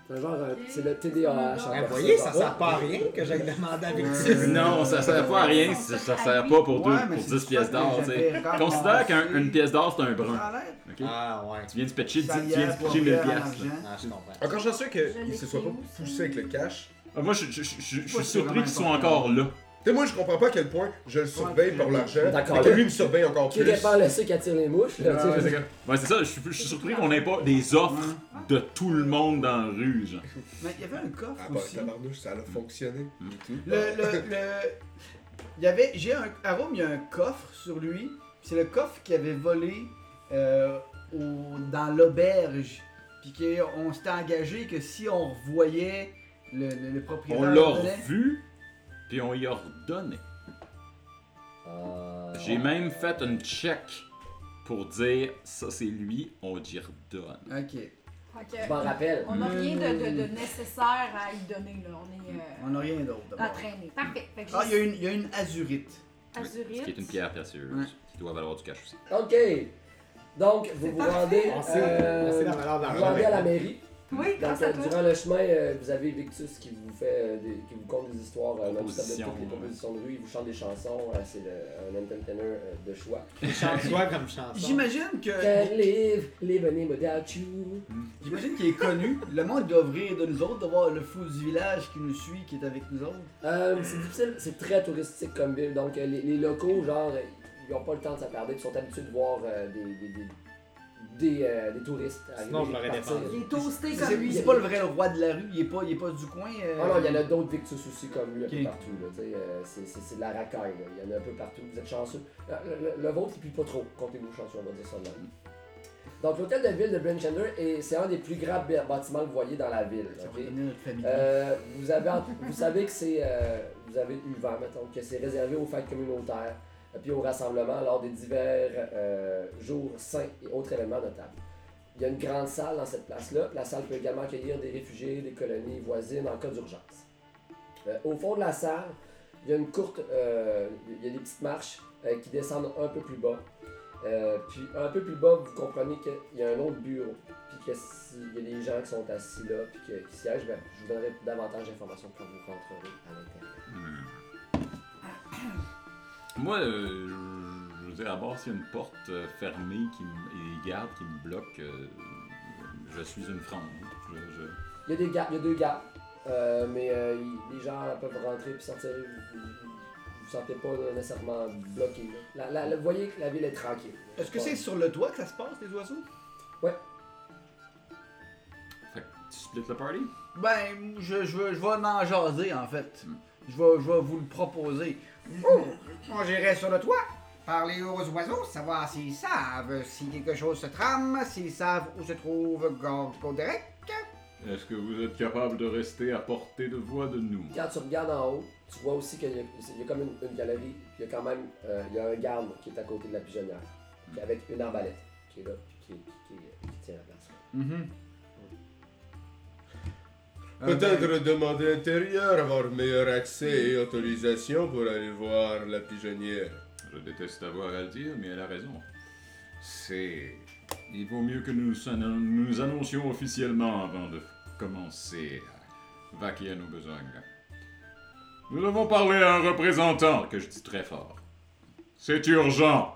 C'est genre, euh, c'est le TDAH. en Ben, Vous personne. voyez, ça sert pas à rien que j'aille demander à Victus. Euh, Non, ça sert pas à rien si ça sert pas pour, deux, Ouais, mais pour c'est 10 ça pièces que d'or. tu sais. j'avais ramassé. Considère qu'une pièce d'or, c'est un brun. Ça a l'air. ok? Ah, ouais. Tu viens de se pitcher, tu Ça y est, tu viens de se pitcher 1000 poirier en pièces. là. argent. Ah, je comprends. Encore chanceux Je qu'il l'ai se soit pas pris où, ça? poussé avec le cash. Ah, Moi, je je- je- je- je Moi, suis c'est surpris qu'ils soient vraiment encore là. Tu sais, moi, je comprends pas à quel point je le surveille pour l'argent. D'accord. D'accord. Que lui me surveille encore Qui plus. répand le sucre attire les mouches, Ah, là, tu sais. Ouais, c'est ça, je suis, je suis surpris qu'on n'ait pas des offres de tout le monde dans la rue, genre. Mais il y avait un coffre Ah, bah, aussi. tabarnouche, ça a fonctionné. Le, le, le- Il y avait. J'ai un. à Rome, il y a un coffre sur lui. C'est le coffre qu'il avait volé euh, au- dans l'auberge. Puis qu'on s'était engagé que si on revoyait le, le, le propriétaire. On le l'a volait- revu, puis on y a redonné. Ah. Oh. J'ai même fait une check pour dire ça c'est lui, on y redonne. Ok. Je m'en rappelle. On n'a rien de, de- de nécessaire à y donner, là. On est euh, On n'a rien d'autre. à d'abord. traîner. Parfait. Fait que Ah, il y, a j'ai une- il y a une azurite. Ce qui est Azurite. une pierre précieuse, Ouais. qui doit valoir du cash aussi. Ok! Donc, vous vous rendez, On sait, on sait la euh, valeur de vous rendez à la l'argent. mairie. Oui, Donc, grâce à euh, toi. durant le chemin, euh, vous avez Victus qui vous fait, euh, des- qui vous conte des histoires, euh, même si vous Propositions, toutes les ouais. propositions de rue, il vous chante des chansons, euh, c'est le- un entertainer euh, de choix. Chante-toi comme Ah chanson. J'imagine Euh, que. Can't live, living without you. J'imagine qu'il est connu. Le monde doit ouvrir de nous autres, de voir le fou du village qui nous suit, qui est avec nous autres. Euh, c'est difficile, c'est très touristique comme ville, donc euh, les, les locaux, genre, euh, ils n'ont pas le temps de s'attarder, ils sont habitués de voir euh, des, des, des, des, euh, des touristes arriver. Sinon, je l'aurais partir. défendu. Il est toasté C'est- comme lui. C'est pas le vrai roi de la rue, il est pas, il est pas du coin. euh, Ah non, il y en a d'autres Victus aussi comme lui un Ok. peu partout, là, tu sais, euh, c'est- c'est c'est de la racaille, là, il y en a un peu partout, vous êtes chanceux. Le, le- le vôtre, il pue pas trop, comptez-vous chanceux, on va dire ça de même. Donc l'hôtel de ville de Brinchender, est- c'est un des plus grands b- bâtiments que vous voyez dans la ville. Ça ok? va donner notre famille. Euh, vous, avez, vous savez que c'est. euh, vous avez eu vent, mettons, que c'est réservé aux fêtes communautaires et puis aux rassemblements lors des divers euh, jours saints et autres événements notables. Il y a une grande salle dans cette place-là. La salle peut également accueillir des réfugiés des colonies voisines en cas d'urgence. Euh, au fond de la salle, il y a une courte. euh, il y a des petites marches euh, qui descendent un peu plus bas. Euh, puis un peu plus bas, vous comprenez qu'il y a un autre bureau puis que s'il y a des gens qui sont assis là, puis que- qui siègent, ben, je vous donnerai davantage d'informations quand vous rentrerez à l'intérieur. Hmm. Moi, euh, je- je veux dire, à bord, s'il y a une porte euh, fermée qui me- et des gardes qui me bloquent, euh, je suis une fronde. Je- je- Il y a, des gardes, il y a deux gardes, euh, mais euh, il- les gens peuvent rentrer puis sortir. Vous ne vous sentez pas euh, nécessairement bloqué. là. La- la- la- vous voyez que la ville est tranquille. Est-ce que c'est sur le toit que ça se passe, les oiseaux? Fait que tu splits le party? Ben, je, je, veux- je vais en jaser, en fait. Je vais, je vais vous le proposer. Oh! On j'irai sur le toit, parler aux oiseaux, savoir s'ils savent si quelque chose se trame, s'ils savent où se trouve Gorgodrek. Est-ce que vous êtes capable de rester à portée de voix de nous Quand tu regardes en haut, tu vois aussi qu'il y, a- il y a comme une, une galerie, puis il y a quand même euh, il y a un garde qui est à côté de la pigeonnière, Hmm. puis avec une arbalète qui est là, puis qui, qui- qui- qui tient la place. Mhm. Peut-être demander intérieur, avoir meilleur accès et autorisation pour aller voir la pigeonnière. Je déteste avoir à le dire, mais elle a raison. C'est. Il vaut mieux que nous s'annon- nous annoncions officiellement avant de commencer à vaquer à nos besognes. Nous avons parlé à un représentant que je dis très fort. C'est urgent.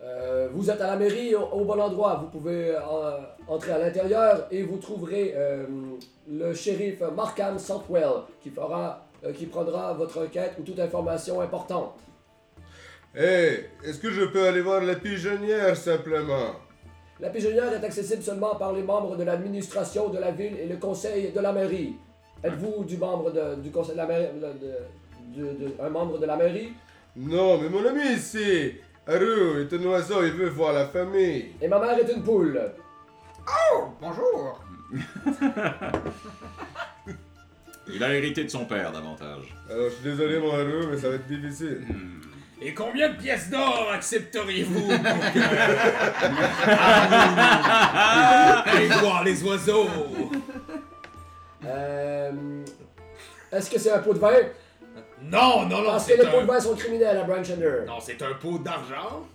Euh, vous êtes à la mairie au, au bon endroit. Vous pouvez euh, entrer à l'intérieur et vous trouverez euh, le shérif Markham Southwell qui fera, euh, qui prendra votre requête ou toute information importante. Hé, Eh, est-ce que je peux aller voir la pigeonnière simplement La pigeonnière est accessible seulement par les membres de l'administration de la ville et le conseil de la mairie. Êtes-vous du membre de- du conseil de la mairie de- de- de- un membre de la mairie Non, mais mon ami ici, Haru est un oiseau, il veut voir la famille. Et ma mère est une poule. Oh, bonjour. Il a hérité de son père davantage. Alors, je suis désolé, mon Haru, mais ça va être difficile. Et combien de pièces d'or accepteriez-vous pour que- Ah, Allez voir les oiseaux Euh, Est-ce que c'est un pot de vin Non, non, non, Ah, Parce c'est que les un- pots de vin sont criminels à Branchender. Non, c'est un pot d'argent.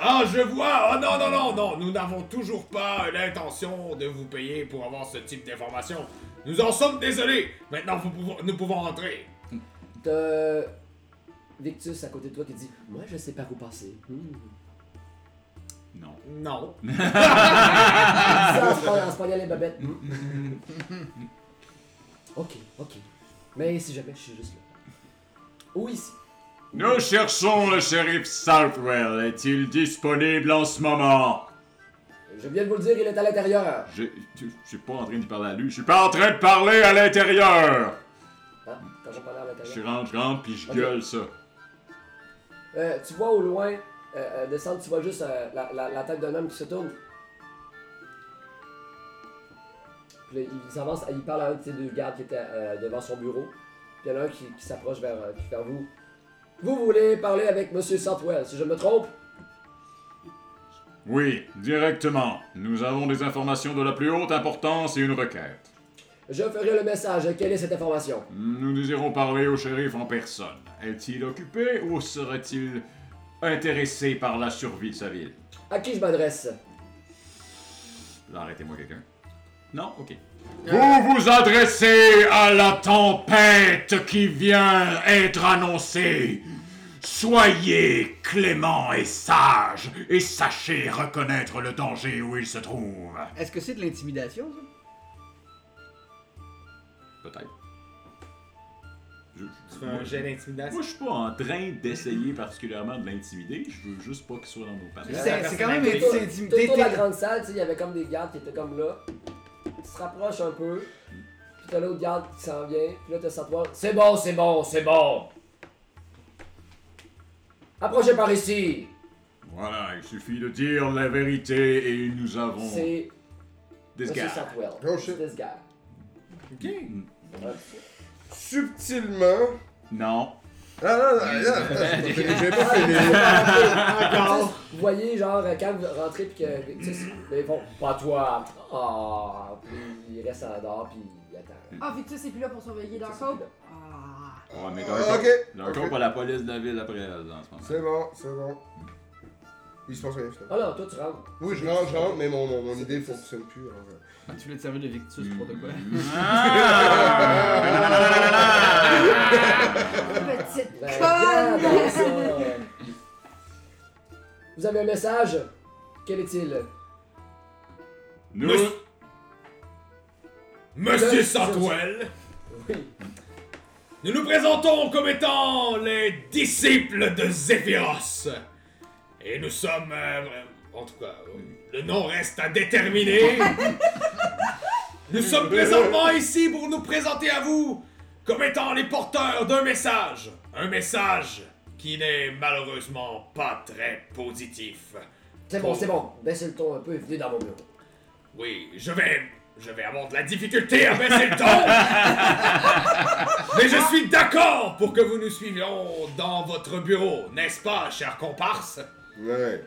Ah, je vois! Oh non, non, non, non! Nous n'avons toujours pas l'intention de vous payer pour avoir ce type d'information. Nous en sommes désolés! Maintenant, vous pouvons- nous pouvons entrer. T'as Victus à côté de toi qui dit Moi, je sais par où passer. Hmm. Non. Non. Ça, en espagnol- en espagnol, les babettes. ok, ok. Mais si jamais, je suis juste là. Ou ici. Nous cherchons le shérif Southwell. Est-il disponible en ce moment Je viens de vous le dire, il est à l'intérieur. Hein? Je je- je suis pas en train de parler à lui. Je suis pas en train de parler à l'intérieur. Hein? Quand je parlais à Je l'intérieur. rentre, je rentre, puis je Ok. gueule ça. Euh, tu vois au loin, euh, euh, descendre, tu vois juste euh, la, la- la tête d'un homme qui se tourne. Puis là, il s'avance, il parle à un de ses deux gardes qui était euh, devant son bureau. Puis il y en a un qui, qui s'approche vers, euh, vers vous. Vous voulez parler avec Monsieur Southwell, si je me trompe? Oui, directement. Nous avons des informations de la plus haute importance et une requête. Je ferai le message. Quelle est cette information? Nous désirons parler au shérif en personne. Est-il occupé ou serait-il intéressé par la survie de sa ville À qui je m'adresse? Arrêtez-moi quelqu'un. Non Ok. Euh. Vous vous adressez à la tempête qui vient être annoncée. Soyez clément et sage et sachez reconnaître le danger où il se trouve. Est-ce que c'est de l'intimidation, ça? Peut-être. Tu fais un jet d'intimidation? Moi, je suis pas en train d'essayer particulièrement de l'intimider. Je veux juste pas qu'il soit dans nos pattes. Tout autour- tout autour de la grande salle, tu sais, il y avait comme des gardes qui étaient comme là. Tu te rapproches un peu. Puis t'as l'autre garde qui s'en vient. Puis là, t'as Southwell. C'est bon, c'est bon, c'est bon. Oh. Approchez par ici. Voilà, il suffit de dire la vérité et nous avons. C'est. Oh. This Monsieur guy. Southwell. This guy. Subtilement. Non. Ah non, non, non, attends, j'ai pas fini, j'ai pas fini. Tu sais, Vous voyez, genre, euh, quand vous rentrez, puis que. tu sais, c'est- là, ils font. Pas toi. Ah. Puis ils restent à la dehors, puis ils attendent. Ah, Victus c'est plus là pour surveiller leur code. Ouais, mais Ah, d'un ok. D'un coup, Ok. pas la police de la ville après elle, en ce moment. C'est bon, c'est bon. Il se passe rien finalement. Ah non, toi tu rentres. Oui, je rentre, je rentre, mais mon, mon, mon idée fonctionne plus. en vrai. Tu voulais te servir de Victus pour de quoi? Ah. Petite Ben, regarde ça. conne! Vous avez un message? Quel est-il? Nous. Monsieur Santwell, nous nous présentons comme étant les disciples de Zéphyros. Et nous sommes. euh, en tout cas, euh, le nom reste à déterminer. nous sommes présentement ici pour nous présenter à vous comme étant les porteurs d'un message. Un message qui n'est malheureusement pas très positif. C'est bon, c'est bon. Baissez le ton un peu et venez dans mon bureau. Oui, je vais. Je vais avoir de la difficulté à baisser le ton! Mais je suis d'accord pour que vous nous suivions dans votre bureau, n'est-ce pas, cher comparse? Ouais.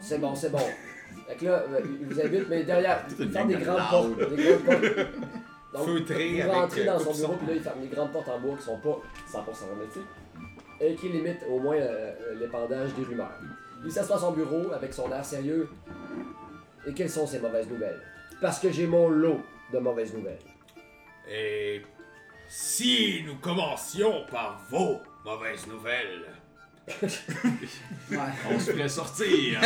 C'est bon, c'est bon. Fait que là, euh, il vous invite, mais derrière, il ferme des gang de grandes lards, portes. Des grandes portes. Donc, Feutré vous avec, rentrez dans euh, son coupe-son. bureau, puis là, il ferme des grandes portes en bois qui sont pas 100% hermétiques et qui limitent au moins euh, l'épandage des rumeurs. Il s'assoit à son bureau avec son air sérieux. Et quelles sont ces mauvaises nouvelles? Parce que j'ai mon lot de mauvaises nouvelles. Et si nous commencions par vos mauvaises nouvelles? On se ferait sortir.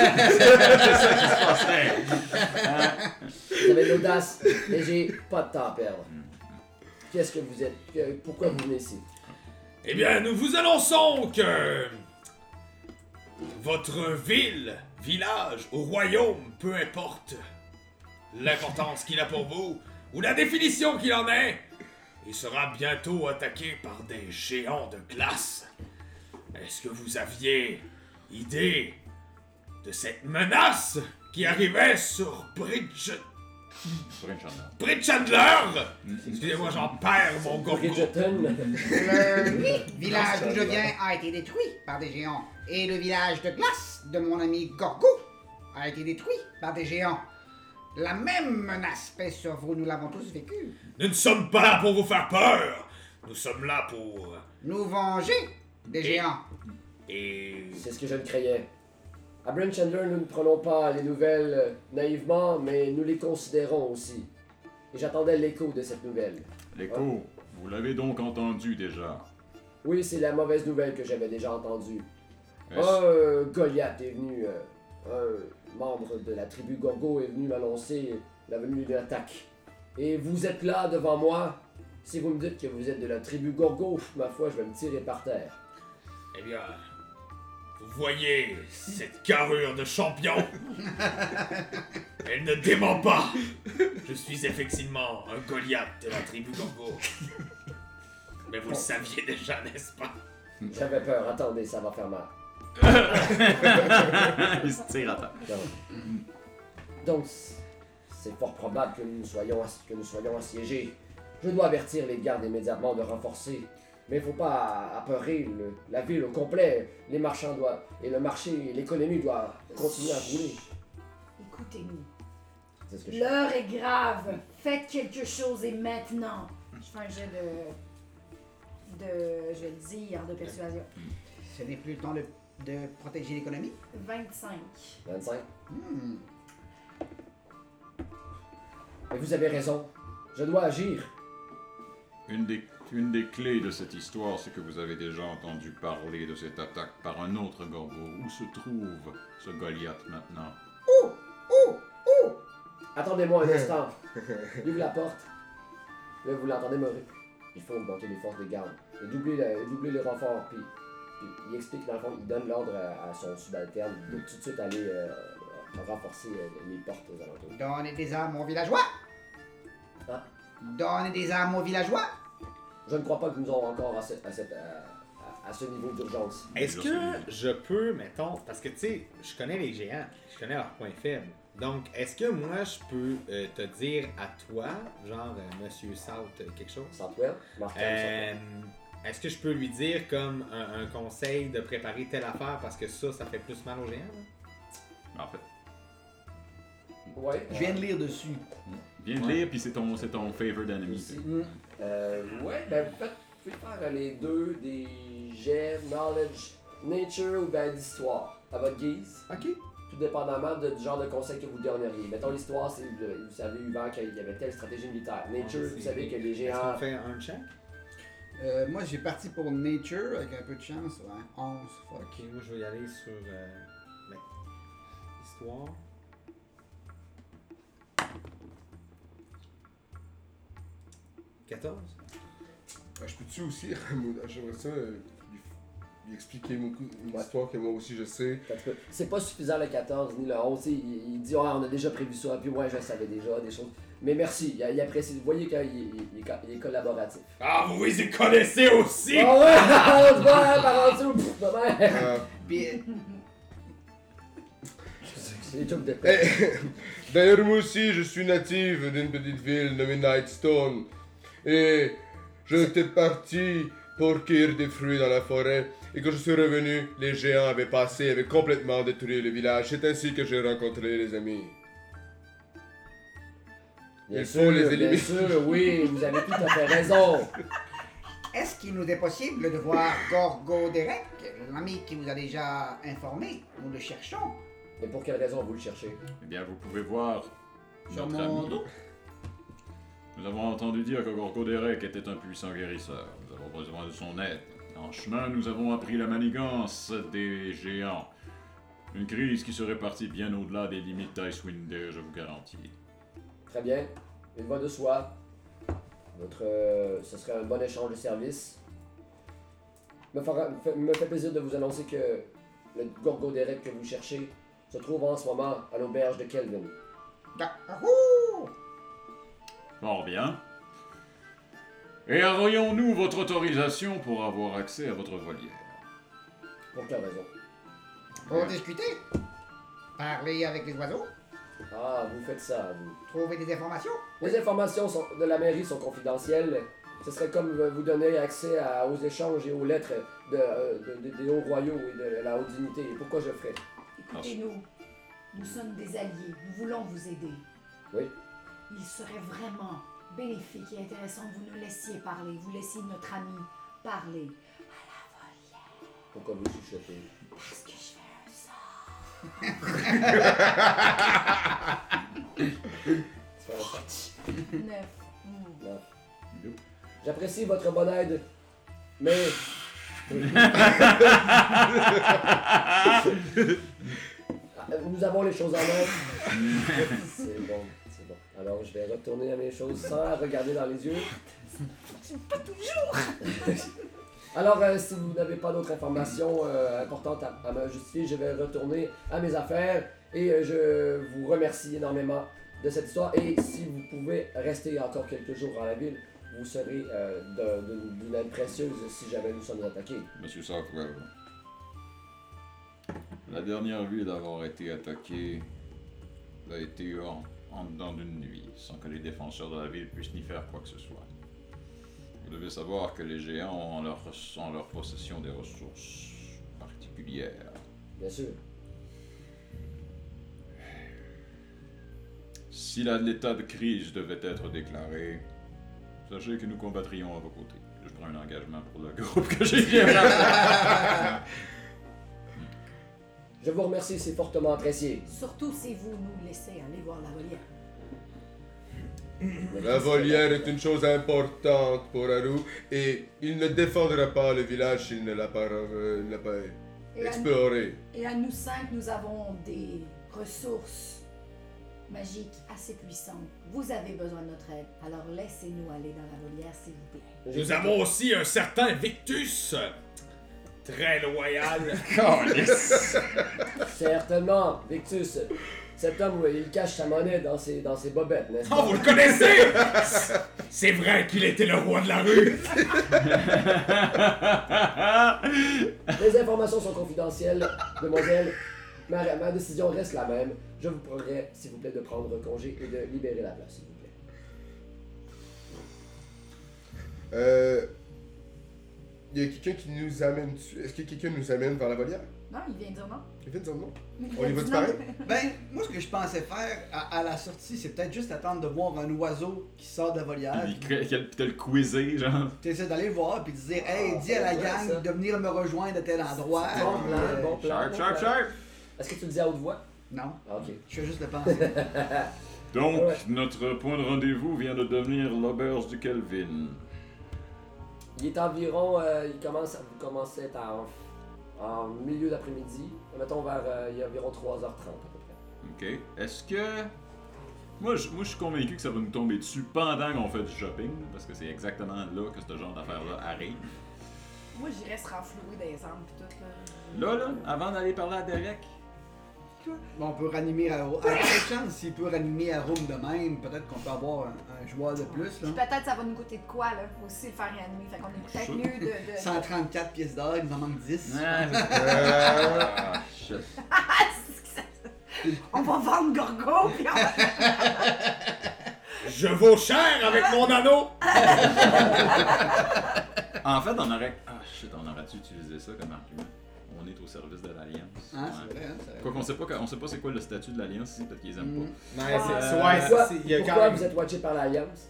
Vous avez de l'audace, mais j'ai pas de temps à perdre. Qu'est-ce que vous êtes? que- Pourquoi vous venez ici? Eh bien, nous vous annonçons que votre ville, village ou royaume, peu importe l'importance qu'il a pour vous ou la définition qu'il en est, il sera bientôt attaqué par des géants de glace. Est-ce que vous aviez idée de cette menace qui arrivait sur Bridget... Bridget Chandler Excusez-moi, j'en perds mon gorgo. Le village d'où je viens a été détruit par des géants. Et le village de glace de mon ami Gorgo a été détruit par des géants. La même menace pèse sur vous, nous l'avons tous vécue. Nous ne sommes pas là pour vous faire peur. Nous sommes là pour. Nous venger des géants. Et. C'est ce que je ne craignais. À Brent Chandler, nous ne prenons pas les nouvelles euh, naïvement, mais nous les considérons aussi. Et j'attendais l'écho de cette nouvelle. L'écho, vous l'avez donc entendu déjà. Oui, c'est la mauvaise nouvelle que j'avais déjà entendue. Est-ce- Un euh, Goliath est venu, euh, un membre de la tribu Gorgo est venu m'annoncer la venue de l'attaque. Et vous êtes là devant moi. Si vous me dites que vous êtes de la tribu Gorgo, ma foi, je vais me tirer par terre. Eh bien. Vous voyez cette carrure de champion Elle ne dément pas Je suis effectivement un Goliath de la tribu Gorgo. Mais vous le saviez déjà, n'est-ce pas J'avais peur, attendez, ça va faire mal. Il se tire à terre. Donc- Donc, c- c'est fort probable que nous, soyons ass- que nous soyons assiégés. Je dois avertir les gardes immédiatement de renforcer. Mais faut pas apeurer le- la ville au complet. Les marchands doivent. Et le marché, l'économie doit continuer à rouler. Écoutez-nous. C'est ce que je fais. L'heure est grave. Faites quelque chose et maintenant. Je fais un jet de. de. je vais le dire, de persuasion. Ce n'est plus le temps de, de protéger l'économie. 25. 25. Mais vous avez raison. Je dois agir. Une des, une des clés de cette histoire, c'est que vous avez déjà entendu parler de cette attaque par un autre Gorgo. Où se trouve ce Goliath maintenant Attendez-moi un instant. Il ouvre la porte. Là, vous l'entendez meurer. Il faut augmenter les forces des gardes. Et doubler, le- doubler les renforts. Puis, puis il explique, dans le fond, il donne l'ordre à, à son subalterne de tout de suite aller euh, renforcer euh, les portes aux alentours. Donnez des armes aux villageois. Donnez des armes aux villageois. Je ne crois pas que nous aurons encore à, cette- à cette- à- à- à ce niveau d'urgence. Est-ce que je peux, mettons, parce que tu sais, je connais les géants, je connais leurs points faibles. Donc, est-ce que moi, je peux euh, te dire à toi, genre euh, Monsieur South, euh, quelque chose Southwell, Markham, Euh, Est-ce que je peux lui dire comme un, un conseil de préparer telle affaire parce que ça, ça fait plus mal aux géants Ben, En fait. Ouais. Je viens de lire dessus. Viens de Ouais. lire, puis c'est ton, c'est ton favorite enemy. Euh, ouais, ben vous faites- vous pouvez faire les deux des jets knowledge nature ou ben d'histoire à votre guise. Ok. Tout dépendamment de- du genre de conseil que vous donneriez. Mettons l'histoire, c'est le- vous savez Hubert qu'il y avait telle stratégie militaire. Nature, vous savez que les géants. fait un check Euh, moi, j'ai parti pour Nature avec un peu de chance. Ouais, 11, fuck. Ok, moi, je vais y aller sur euh, ben, histoire. Ah, je peux-tu aussi, Ramona, j'aimerais ça euh, lui, lui expliquer mon coup- une histoire que moi aussi je sais. C'est pas suffisant le 14 ni le 11. tu sais, Il, il dit Ah, on a déjà prévu ça, puis ouais, je le savais déjà, des choses. Mais merci, il, il apprécie. Vous voyez qu'il il- il est co- il est collaboratif. Ah, vous les connaissez aussi Ah ouais, on se voit hein, par en dessous, pff, ma Euh, mère. Puis, C'est des trucs de Eh, D'ailleurs, moi aussi, je suis native d'une petite ville nommée Nightstone. Et j'étais parti pour cueillir des fruits dans la forêt. Et quand je suis revenu, les géants avaient passé, avaient complètement détruit le village. C'est ainsi que j'ai rencontré les amis. Bien Il sûr, faut les éliminer. bien sûr, oui, vous avez tout à fait raison. Est-ce qu'il nous est possible de voir Gorgo Derek, l'ami qui vous a déjà informé Nous le cherchons. Mais pour quelle raison vous le cherchez Eh bien, vous pouvez voir Sur notre mon ami. dos. Nous avons entendu dire que Gorgo Derek était un puissant guérisseur. Nous avons besoin de son aide. En chemin, nous avons appris la manigance des géants. Une crise qui se répartit bien au-delà des limites d'Icewinder, je vous garantis. Très bien, une voix de soi. Notre, euh, ce serait un bon échange de services. Me, fera- fait- me fait plaisir de vous annoncer que le Gorgo Derek que vous cherchez se trouve en ce moment à l'auberge de Kelvin. Ah, Fort bien. Et envoyons-nous votre autorisation pour avoir accès à votre volière. Pour quelle raison Pour discuter, parler avec les oiseaux, Ah, vous faites ça, vous. trouver des informations. Les informations sont- de la mairie sont confidentielles. Ce serait comme euh, vous donner accès à- aux échanges et aux lettres de, euh, de- de- des hauts royaux et de la haute dignité. Et pourquoi je le ferais Écoutez-nous. Nous sommes des alliés. Nous voulons vous aider. Oui. Il serait vraiment bénéfique et intéressant que vous nous laissiez parler. Vous laissiez notre ami parler. Pourquoi vous chuchotez Parce que je fais un sort. C'est pas ça. Neuf. Mm. Non. J'apprécie votre bonne aide, mais. Ah, Nous avons les choses en main. C'est bon, c'est bon. Alors je vais retourner à mes choses sans regarder dans les yeux. Pas toujours! Alors, euh, si vous n'avez pas d'autres informations euh, importantes à, à me justifier, je vais retourner à mes affaires et euh, je vous remercie énormément de cette histoire. Et si vous pouvez rester encore quelques jours dans la ville, vous serez euh, d'un- d'une- d'une aide précieuse si jamais nous sommes attaqués. Monsieur Sarkwell, la dernière ville à avoir été attaquée a été en, en dedans d'une nuit, sans que les défenseurs de la ville puissent ni faire quoi que ce soit. Vous devez savoir que les géants ont en leur, en leur possession des ressources particulières. Bien sûr. Si la- l'état de crise devait être déclaré, sachez que nous combattrions à vos côtés. Je prends un engagement pour le groupe que j'ai géré. Je vous remercie, c'est fortement apprécié. Surtout si vous nous laissez aller voir la volière. La volière est une chose importante pour Haru et il ne défendra pas le village s'il ne l'a pas, euh, ne l'a pas à- exploré. Et à nous cinq, nous avons des ressources magiques assez puissantes. Vous avez besoin de notre aide, alors laissez-nous aller dans la volière, s'il vous plaît. Nous avons aussi un certain Victus, très loyal. Certainement, Victus. Cet homme, il cache sa monnaie dans ses, dans ses bobettes, n'est-ce pas? Oh, vous le connaissez C'est vrai qu'il était le roi de la rue. Les informations sont confidentielles, demoiselle. Ma, ma décision reste la même. Je vous prierai, s'il vous plaît, de prendre congé et de libérer la place, s'il vous plaît. Euh, Il y a quelqu'un qui nous amène dessus. Est-ce que quelqu'un nous amène vers la volière Non, il vient de dire non. Il vient de dire non. Il On y vient de va dire disparaître non. Ben, moi, ce que je pensais faire à, à la sortie, c'est peut-être juste attendre de voir un oiseau qui sort de la volière. Il crée- Quel t'as le quizzé, genre. T'essaies d'aller le voir puis de dire Hey, dis à la c'est vrai, Ah, ça. gang de venir me rejoindre à tel endroit. Bon Puis, plan, euh, bon plan. bon plan. Est-ce que tu le dis à haute voix? Non. Ah, ok. Je fais juste le penser. Donc, notre point de rendez-vous vient de devenir l'auberge du Kelvin. Il est environ. euh, il commence, vous commencez à être en, en milieu d'après-midi. Mettons vers. euh, il est environ 3h30 à peu près. Ok. Est-ce que. Moi je, moi, je suis convaincu que ça va nous tomber dessus pendant qu'on fait du shopping, parce que c'est exactement là que ce genre d'affaire-là arrive. Moi, j'irais se renflouer dans les armes pis tout, là. Là, là, avant d'aller parler à Derek, Bon, on peut ranimer à Rome. À chance, s'il peut ranimer à Rome de même, peut-être qu'on peut avoir un, un joueur de plus. Là. Puis peut-être ça va nous coûter de quoi, là, aussi le faire réanimer. Fait qu'on est peut-être mieux de... de... 134 pièces d'or, il nous en manque 10. Ah, shit. On va vendre Gorgo, puis on va- Je vaux cher avec mon anneau! En fait, on aurait. Ah shit, on aurait-tu utilisé ça comme argument? On est au service de l'Alliance. Ah, c'est vrai, hein, c'est vrai. Quoi qu'on sait pas, que- on sait pas c'est quoi le statut de l'Alliance ici, peut-être qu'ils aiment Mm. pas. Ouais, c'est- Euh, ouais, Pourquoi, c'est- il y a quand pourquoi même- vous êtes watché par l'Alliance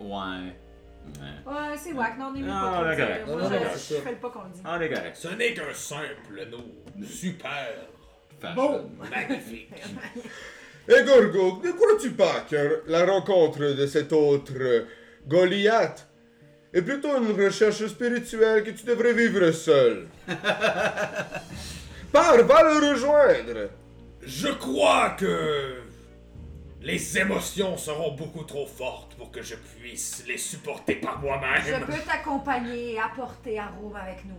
Ouais. Ouais. Ouais, c'est wack, non, on est mieux Non, pas trop on est dire. correct. Ah, Moi, Non, non, je- non, je c'est fais le pas qu'on le dit. On est correct. Ce n'est qu'un simple anneau. Super. Fashion. Beau. Magnifique. Et Eh, Gorgo, de quoi tu parles que la rencontre de cet autre euh, Goliath est plutôt une recherche spirituelle que tu devrais vivre seul? Pars, va le rejoindre! Je crois que les émotions seront beaucoup trop fortes pour que je puisse les supporter par Je moi-même. peux t'accompagner et apporter à Rome avec nous.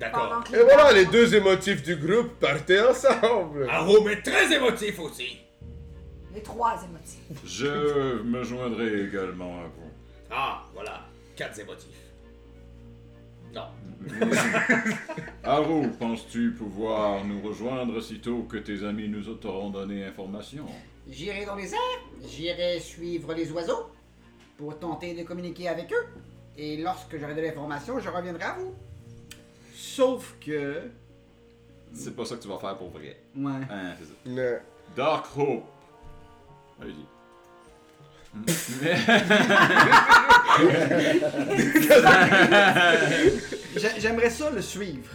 Pendant D'accord. que Eh, Et voilà, les deux émotifs du groupe partaient ensemble! Arôme est Ah, oh, très émotif aussi. Les trois émotifs. Je me joindrai également à vous. Ah, voilà. Quatre émotifs. Non. Haro, penses-tu pouvoir nous rejoindre sitôt que tes amis nous t'auront donné information J'irai dans les airs, j'irai suivre les oiseaux pour tenter de communiquer avec eux. Et lorsque j'aurai de l'information, je reviendrai à vous. Sauf que. C'est pas ça que tu vas faire pour vrai. Ouais. Hein, c'est ça. Non. Dark Hope. Allez-y. J'a- J'aimerais ça le suivre.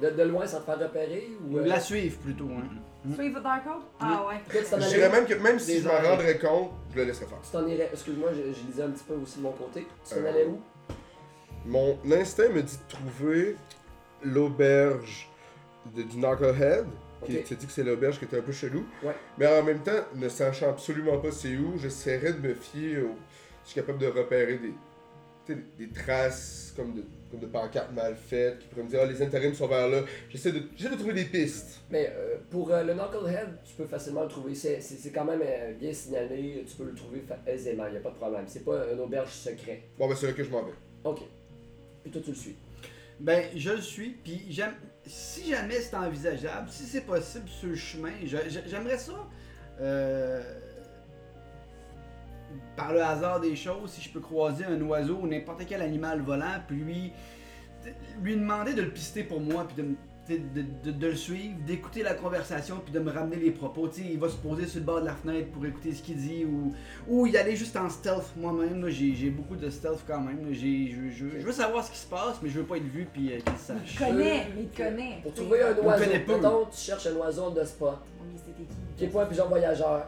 de, de loin sans te faire repérer ou. euh, La suivre plutôt, hein. Mm-hmm. Suivre Darko? Ah ouais. toi, tu t'en Je allais- dirais même que même si Des je m'en oreilles. rendrais compte, je le laisserais faire. Tu t'en irais. Excuse-moi, je, je lisais un petit peu aussi de mon côté. Tu t'en Euh, allais où Mon instinct me dit de trouver l'auberge de- du Knucklehead. Qui Ok. te dit que c'est l'auberge qui était un peu chelou. Ouais. Mais en même temps, ne sachant absolument pas c'est où, j'essaierais de me fier au. Je suis capable de repérer des, tu sais, des traces comme de, comme de pancartes mal faites qui pourraient me dire Ah, les intérims sont vers là. J'essaie de, j'essaie de trouver des pistes. Mais euh, pour euh, le Knucklehead, tu peux facilement le trouver. C'est, c'est, c'est quand même euh, bien signalé. Tu peux le trouver fa- aisément. Il a pas de problème. C'est pas une auberge secrète. Bon, ben c'est là que je m'en vais. Ok. Puis toi, tu le suis. Ben, je le suis, puis j'aime. Si jamais c'est envisageable, si c'est possible sur le chemin, je- je- j'aimerais ça. euh, par le hasard des choses, si je peux croiser un oiseau ou n'importe quel animal volant, puis lui, lui demander de le pister pour moi, puis de, me- tu sais, de, de- de le suivre, d'écouter la conversation, puis de me ramener les propos. Tu sais, il va se poser sur le bord de la fenêtre pour écouter ce qu'il dit, ou, ou y aller juste en stealth moi-même. là. J'ai j'ai beaucoup de stealth quand même. là. J'ai- Je, je- je veux savoir ce qui se passe, mais je veux pas être vu, puis euh, qu'il Il sache. te connaît, mais il te connaît. Pour trouver un le oiseau, connaît pas. mettons, tu cherches un oiseau de spot. Oui, c'était qui? Qui est pas un pigeon voyageur.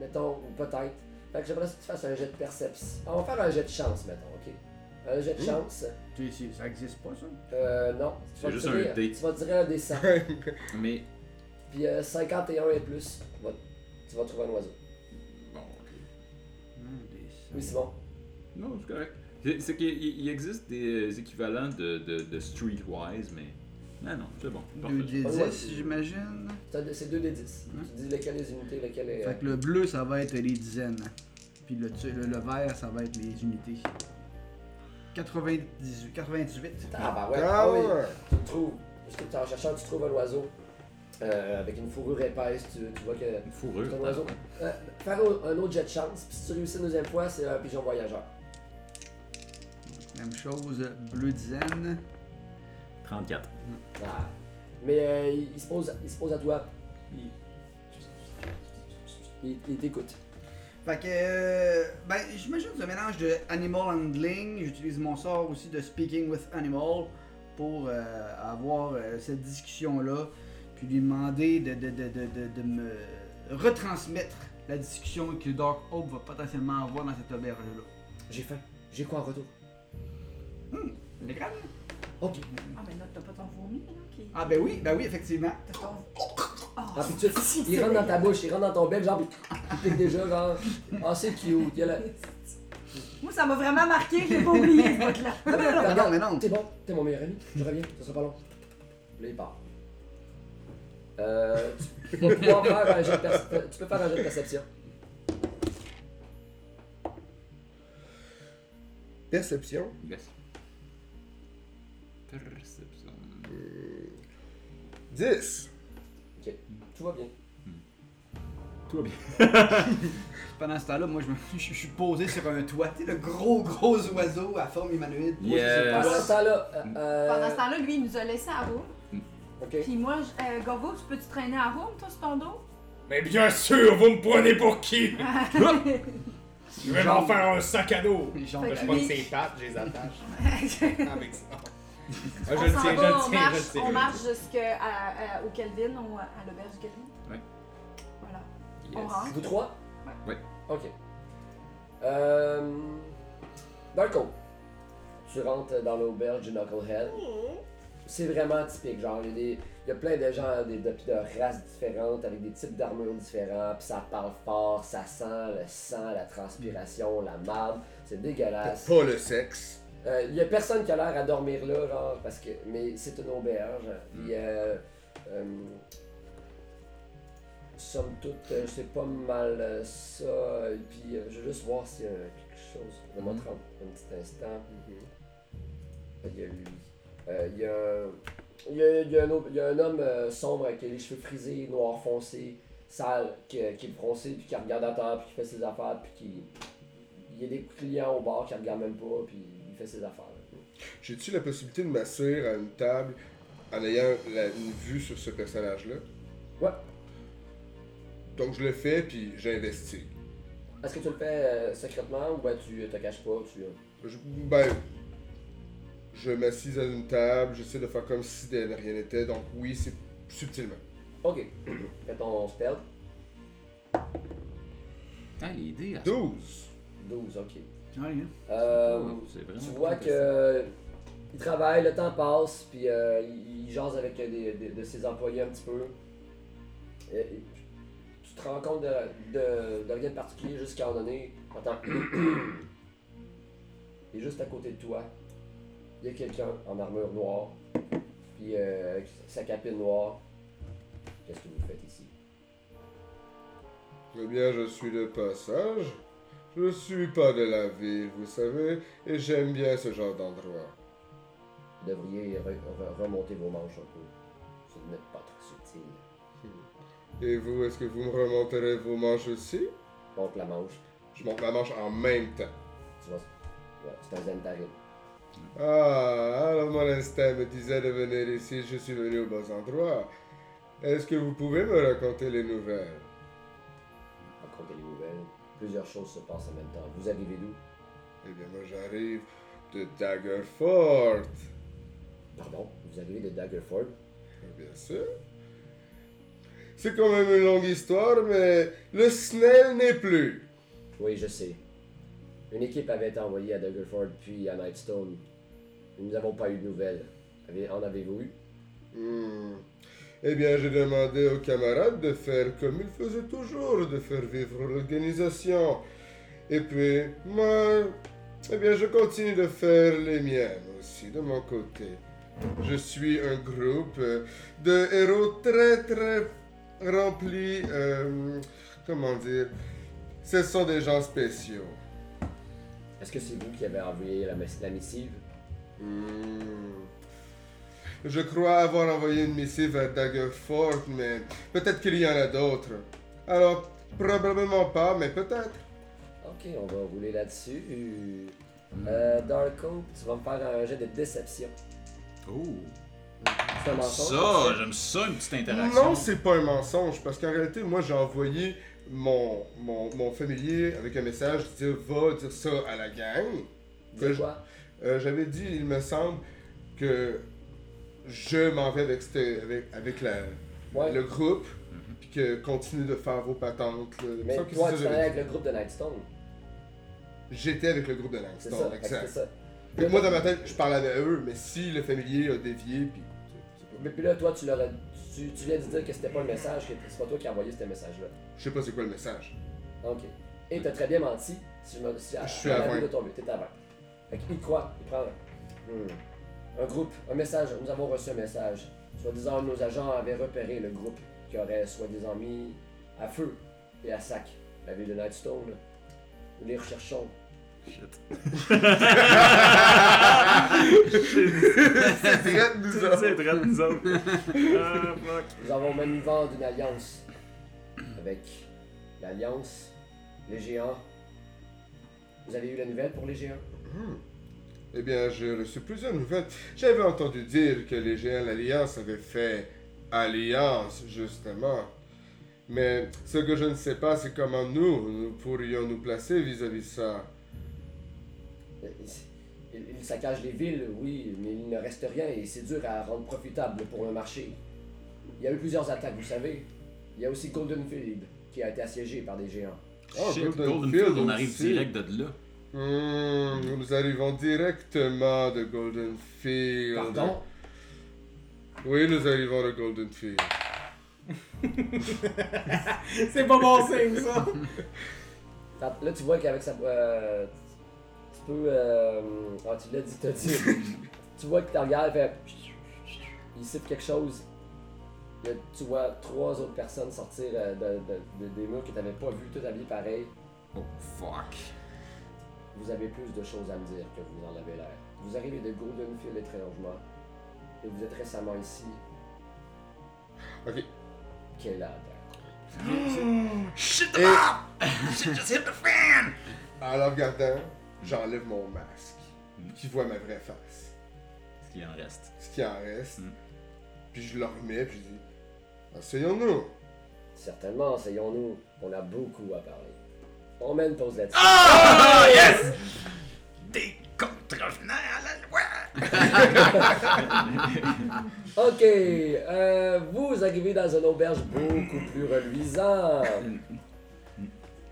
Mettons, ou peut-être. Fait que j'aimerais que tu fasses un jet de perception. Ah, On va faire un jet de chance, mettons, ok? Un jet de Ouh. chance. Tu sais, ça existe pas, ça? Euh, non. Tu C'est vas juste tirer- un dé. Tu vas tirer un des 100. Mais. Puis euh, 51 et plus, va- tu vas trouver un oiseau. Bon, ok. Oui, c'est bon. Non, c'est correct. C'est- C'est qu'il il- il existe des euh, équivalents de, de, de Streetwise, mais. Non, non, c'est bon. Deux Parfait. des Ouais. 10, j'imagine. T'as deux- C'est 2 des 10. Tu dis lequel est unité, lequel est. Fait que le bleu, ça va être les dizaines. hein. Puis le, tu- le, le vert, ça va être les unités. 98. 98. Ah, bah ouais. Ah, oui. Tu le trouves. Parce que t'es en cherchant, tu trouves un oiseau. euh, avec une fourrure épaisse, tu, tu vois que. Une fourrure. c'est un oiseau. Euh, faire un, un autre jet de chance, puis si tu réussis une deuxième fois, c'est un pigeon voyageur. Même chose, bleu dizaine. 34. Ah. Mais euh, il, il se pose, il se pose à toi. Il, il- il t'écoute. Fait que, euh, ben, j'imagine ce mélange de animal handling. J'utilise mon sort aussi de speaking with animal pour euh, avoir euh, cette discussion-là. Puis lui demander de, de, de, de, de, de me retransmettre la discussion que Dark Hope va potentiellement avoir dans cette auberge-là. J'ai faim. J'ai quoi en retour Les grandes? Ok. Ah, mais là, t'as pas ton vomi, là? Qui... Ah, ben oui, ben oui, effectivement. T'as ton. Ah, puis tu- il rentre dans ta bouche, il rentre dans ton bec, genre, puis il pique déjà, genre. Ah, c'est cute. Il y a la- Moi, ça m'a vraiment marqué, j'ai pas oublié ce bout-là. Mais non, mais non. T'es bon, t'es mon meilleur ami, je reviens, ça sera pas long. Là, il part. Euh, tu, vas pouvoir faire un jet de perce- tu peux faire un jet de perception. Perception. Yes. Perception. 10. Ok, tout va bien. Tout va bien. Pendant ce temps-là, moi, je, me, je suis posé sur un toit. Tu sais, le gros, gros oiseau à forme humanoïde. Moi, je sais pas. Pendant ce temps-là, euh, euh, Pendant ce temps-là, lui, il nous a laissé à Rome. Ok. Puis moi, je- euh, Gogo, tu peux-tu traîner à Rome, toi, sur ton dos? Mais bien sûr, vous me prenez pour qui Ah. fait Je vais m'en faire un sac à dos. Fait Je que prends lui- ses pattes, je les attache. Avec ça. Ah, je On le s'en tiens, je va, le on tiens, marche- je le tiens. On marche jusqu'au Kelvin, ou à l'auberge du Kelvin. Ouais. Voilà. On rentre. Vous trois Ouais. Ok. Euh, Darko, tu rentres dans l'auberge du Knucklehead. C'est vraiment typique, genre, il y, a des- il y a plein de gens des, de, de races différentes, avec des types d'armures différents, puis ça parle fort, ça sent le sang, la transpiration, la marde, c'est dégueulasse. Pas le sexe. Euh, Il y a personne qui a l'air à dormir là, genre, parce que. Mais c'est une auberge. Puis, euh, euh, somme toute, euh, c'est pas mal euh, ça. Et puis, euh, je veux juste voir s'il y a quelque chose. Je vais montrer un, un petit instant. Ah, Il y a lui. Euh, il y a un- il y a, il y a un, au- il y a un homme euh, sombre qui a les cheveux frisés, noir foncé, sale, qui, euh, qui est froncé, puis qui regarde à terre, puis qui fait ses affaires, puis qui. Il y a des clients au bar qui regardent même pas, puis il fait ses affaires. J'ai-tu la possibilité de m'asseoir à une table en ayant la- une vue sur ce personnage-là? Ouais. Donc je le fais, puis j'investis. Est-ce que tu le fais euh, secrètement ou ben tu te caches pas tu, euh, Je- ben, je m'assise à une table, j'essaie de faire comme si de rien n'était, donc oui, c'est subtilement. Ok, fais ton spell. Putain, Ah, les dés, elles sont- 12! 12, ok. Ouais, hein. Euh, Oh, c'est vraiment tu vois cool, que euh, il travaille, le temps passe, puis euh, il, il jase avec euh, des- des- de ses employés un petit peu. Et- et tu te rends compte de, de- de rien de particulier jusqu'à un moment donné. Attends. Et juste à côté de toi, il y a quelqu'un en armure noire, puis euh, avec sa capine noire. Qu'est-ce que vous faites ici? Eh bien, je suis de passage. Je ne suis pas de la ville, vous savez, et j'aime bien ce genre d'endroit. Vous devriez re- re- remonter vos manches un peu. Ce n'est pas très subtil. Et vous, est-ce que vous me remonterez vos manches aussi? Monte la manche. Je monte ma manche en même temps. Tu vois, ouais, c'est un Zentarim. Ah, alors mon instinct me disait de venir ici, je suis venu au bon endroit. Est-ce que vous pouvez me raconter les nouvelles? Racontez les nouvelles. Plusieurs choses se passent en même temps. Vous arrivez d'où Eh bien, moi j'arrive de Daggerfort. Pardon Vous arrivez de Daggerford eh Bien sûr. C'est quand même une longue histoire, mais le Snell n'est plus. Oui, je sais. Une équipe avait été envoyée à Daggerford puis à Nightstone. Nous n'avons pas eu de nouvelles. Avez- en avez-vous eu Hmm. Eh bien, j'ai demandé aux camarades de faire comme ils faisaient toujours, de faire vivre l'organisation. Et puis, moi, eh bien, je continue de faire les miennes aussi, de mon côté. Je suis un groupe euh, de héros très, très remplis. euh, comment dire Ce sont des gens spéciaux. Est-ce que c'est vous qui avez envoyé la, mess- la missive Hmm. Je crois avoir envoyé une missive à Daggerfort, mais peut-être qu'il y en a d'autres. Alors, probablement pas, mais peut-être. Ok, on va rouler là-dessus. Euh, Darko, tu vas me faire un jet de déception. Oh. C'est un mensonge, Ça, je sais. j'aime ça, une petite interaction. Non, c'est pas un mensonge, parce qu'en réalité, moi, j'ai envoyé mon, mon, mon familier avec un message qui disait « Va dire ça à la gang ». Dis Que je- quoi? Euh, J'avais dit, il me semble, que je m'en vais avec, cette- avec, avec la- Ouais. le groupe, puis que continue de faire vos patentes. là. Il me Mhm. Mais semble que toi, c'est ça tu que j'avais travailles dit. avec le groupe de Nightstone. J'étais avec le groupe de C'est Langston, ça, fait que c'est exact. ça. Puis moi, dans ma tête, je parlais avec eux, mais si le familier a dévié, puis. Mais puis là, toi, tu, leur as- tu, tu viens de dire que c'était pas le message, que c'est pas toi qui as envoyé ce message-là. Je sais pas c'est quoi le message. Ok. Et t'as très bien menti. Si je, me, si à, Je suis à la à vue de vingt. ton but, t'es à vingt. Fait qu'il croit, il prend hmm, un groupe, un message. Nous avons reçu un message. Soi-disant, nos agents avaient repéré le groupe qui aurait soi-disant mis à feu et à sac la ville de Nightstone. Nous les recherchons. Shit. C'est drette, nous autres. C'est drette, nous autres. Ah, fuck. Nous avons même vent d'une alliance avec l'alliance, les géants. Vous avez eu la nouvelle pour les géants? Hmm. Eh bien, j'ai reçu plusieurs nouvelles. J'avais entendu dire que les géants de l'Alliance avaient fait alliance, justement. Mais ce que je ne sais pas, c'est comment nous, nous pourrions nous placer vis-à-vis de ça. Ils, ils saccagent les villes, oui, mais il ne reste rien et c'est dur à rendre profitable pour le marché. Il y a eu plusieurs attaques, vous savez. Il y a aussi Goldenfield qui a été assiégé par des géants. Oh, Shit, Golden Goldenfield, Field on arrive aussi. direct de là. Hmm, nous arrivons directement de Golden Field. Pardon? Oui, nous arrivons de Golden Field. C'est pas bon signe, ça! Fait que Là, tu vois qu'avec sa. euh, tu peux. euh, ah, tu l'as dit, t'as dit. tu vois que tu regardes, fait. Il cite quelque chose. Là, tu vois trois autres personnes sortir euh, de- de- de- des murs que tu n'avais pas vu, tout habillé pareil. Oh, fuck. Vous avez plus de choses à me dire que vous en avez l'air. Vous arrivez de Goldenfield étrangement. Et vous êtes récemment ici. Ok. Quelle heure Shit the map! Shit just hit the fan! En la regardant, j'enlève mon masque. Qui voit ma vraie face. Ce qui en reste. Ce qui en reste. Puis je le remets, puis je dis Ah, Asseyons-nous. Certainement, essayons-nous. On a beaucoup à parler. On mène pause là-dessus. Ah! Yes! Des contrevenants à la loi! ok, euh, vous arrivez dans une auberge beaucoup plus reluisante.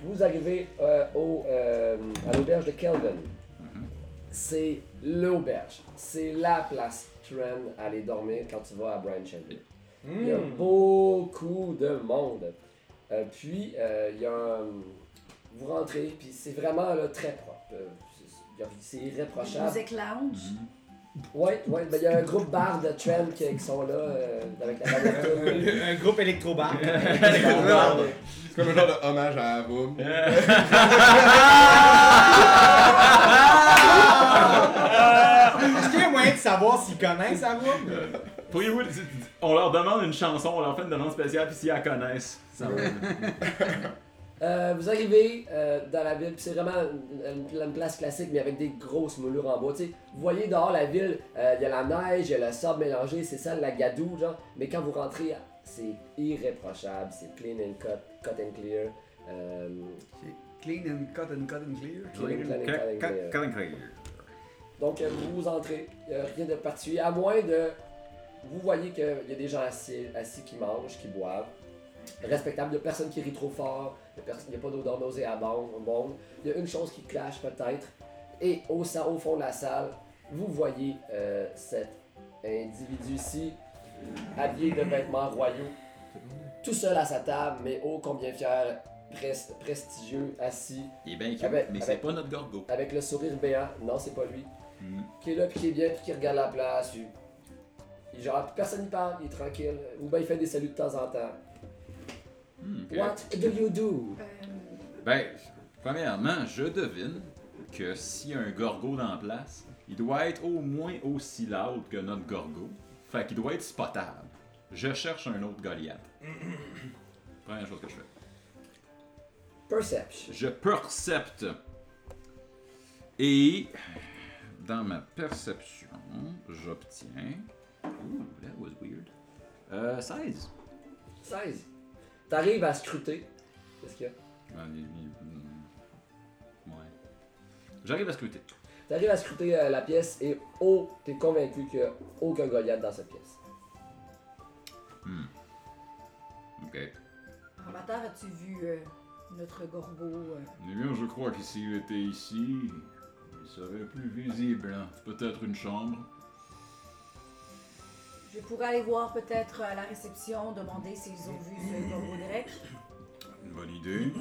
Vous arrivez euh, au, euh, à l'auberge de Kelvin. C'est l'auberge. C'est la place trend à aller dormir quand tu vas à Brian Chandler. Il y a Hmm. Mm. beaucoup de monde. Euh, puis, euh, il y a un- Vous rentrez, puis c'est vraiment là, très propre. Euh, c'est- il y a- C'est irréprochable. Music Lounge. Ouais, ouais, ben il y a un groupe bar de Trem qui, qui sont là euh, avec la dernière tournée. Un groupe électro-bar. C'est comme un genre de hommage à Arum. Euh, Est-ce qu'il y a moyen de savoir s'ils connaissent la voix? Pourriez-vous. On leur demande une chanson, on leur fait une demande spéciale, puis s'ils la connaissent, ça va. Euh, vous arrivez euh, dans la ville, puis c'est vraiment une, une- une place classique, mais avec des grosses moulures en bois. tu sais. vous voyez dehors la ville, euh, il y a la neige, il y a le sable mélangé, c'est ça la gadoue, genre. Mais quand vous rentrez, c'est irréprochable, c'est clean and cut, cut and clear. Euh, Clean and cut and cut and clear. Clean and cut and clear. Donc euh, vous entrez, il n'y a rien de particulier, à moins de... Vous voyez qu'il y a des gens assis, assis qui mangent, qui boivent. Respectable, il n'y a personne qui rit trop fort, il n'y a, pas d'odeur nauséabonde. bon. Il y a une chose qui clash peut-être. Et au, sa- au fond de la salle, vous voyez euh, cet individu-ci, habillé de vêtements royaux, tout seul à sa table, mais ô combien fier, pres- prestigieux, assis. Il est bien cute, Avec- mais c'est avec- pas notre gorgo. Avec le sourire béant, non, c'est pas lui. Mm. Qui est là, puis qui est bien, puis qui regarde la place. puis- Il, genre, puis personne n'y parle, il est tranquille. Ou bien il fait des saluts de temps en temps. ok. What do you do? Euh, Ben, premièrement, je devine que s'il y a un gorgo dans la place, il doit être au moins aussi loud que notre gorgo. Fait qu'il doit être spotable. Je cherche un autre Goliath. Première chose que je fais. Perception. Je percepte. Et dans ma perception, j'obtiens. Ooh, that was weird. Euh, 16. 16. T'arrives à scruter. Qu'est-ce qu'il y a? Ouais, il- il- mm, ouais. J'arrive à scruter. T'arrives à scruter euh, la pièce et oh, t'es convaincu qu'il n'y a aucun Goliath dans cette pièce. Hmm. Ok. Armateur, as-tu vu euh, notre gorgo? euh, Eh bien, je crois que s'il était ici, il serait plus visible. hein. Peut-être une chambre. Je pourrais aller voir peut-être à la réception, demander s'ils ont vu ce gorgo grec. Une bonne idée.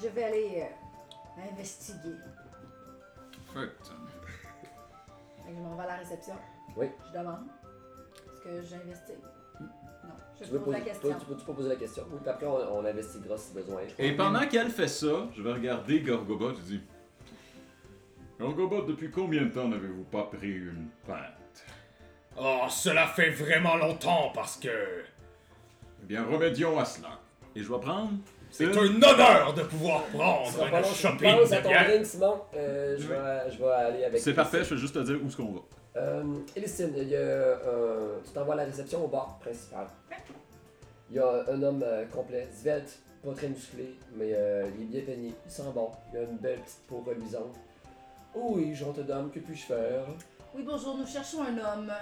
Je vais aller euh, investiguer. Fait. Fait que je m'en vais à la réception. Oui. Mm. Je demande. Est-ce que j'investigue? Non. Je Tu pose veux la poser, question. tu peux, tu peux poser la question. Oui, puis après, on, on investiguera si besoin. Et pendant qu'elle fait ça, je vais regarder Gorgobot et dis Gorgobot, depuis combien de temps n'avez-vous pas pris une pinte Oh, cela fait vraiment longtemps parce que. Eh bien, remédions à cela. Et je vais prendre. C'est Euh. un honneur de pouvoir prendre Ça va pas une long. shopping Pense à de ton bière. drink, Simon. Euh, je, vais, je vais aller avec. C'est parfait, je vais juste te dire où est-ce qu'on va. Euh, Elistine, il y a, euh, tu t'envoies à la réception au bar principal. Il y a un homme euh, complet, svelte, pas très musclé, mais euh, il est bien peigné, il sent bon, il a une belle petite peau reluisante. Oui, gentille dame, que puis-je faire? Oui, bonjour, nous cherchons un homme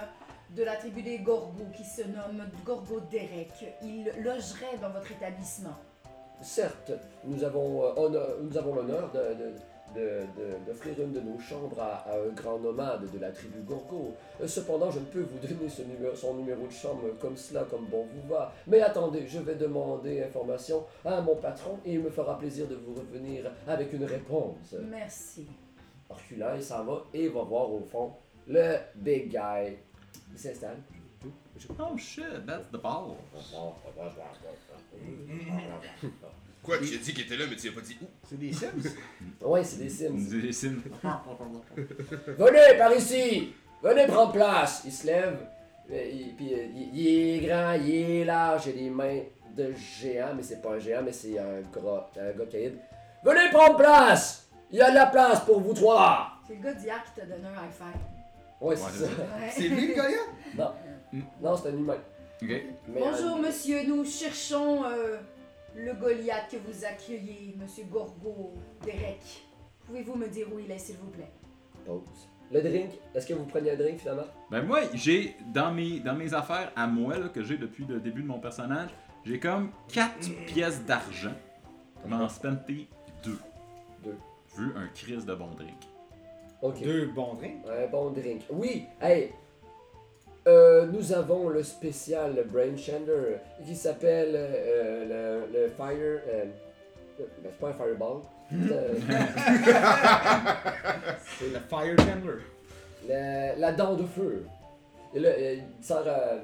de la tribu des Gorgos qui se nomme Gorgo Derek. Il logerait dans votre établissement. Certes, nous avons, euh, honne- nous avons l'honneur de- de- de- de- d'offrir une de nos chambres à, à un grand nomade de la tribu Gorgo. Euh, Cependant, je ne peux vous donner ce numéro, son numéro de chambre comme cela, comme bon vous va. Mais attendez, je vais demander information à mon patron et il me fera plaisir de vous revenir avec une réponse. Merci. Reculant, il s'en va et va voir au fond le big guy. Il s'installe. Oh shit, that's the ball. Quoi, tu as dit qu'il était là, mais tu as pas dit où C'est des Sims Ouais, c'est des Sims. Des Sims. Venez par ici! Venez prendre place! Il se lève, euh, il, puis euh, il, il est grand, il est large, il a des mains de géant, mais c'est pas un géant, mais c'est un gros, un gars caïd. Venez prendre place! Il y a de la place pour vous trois! C'est le gars d'hier qui t'a donné un high five. Ouais, c'est ça. Ouais. C'est lui, le Goya? Non. Non, c'est un humain. euh, Ok. Bonjour, monsieur, nous cherchons euh, le Goliath que vous accueillez, monsieur Gorgo Derek. Pouvez-vous me dire où il est, s'il vous plaît? Pause. Le drink, est-ce que vous prenez un drink finalement? Ben moi, j'ai dans mes, dans mes affaires à moi là, que j'ai depuis le début de mon personnage, j'ai comme 4 pièces d'argent. M'en spenté 2. Deux. Vu un crise de bon drink. Ok. Deux bons drinks. Un bon drink. Oui, hey! Euh, nous avons le spécial Brain Shander qui s'appelle euh, le, le Fire. euh, le- ben, c'est pas un Fireball. C'est, euh, C'est le Fire Chandler. le- la dent de feu. Et là, euh, il sort, euh,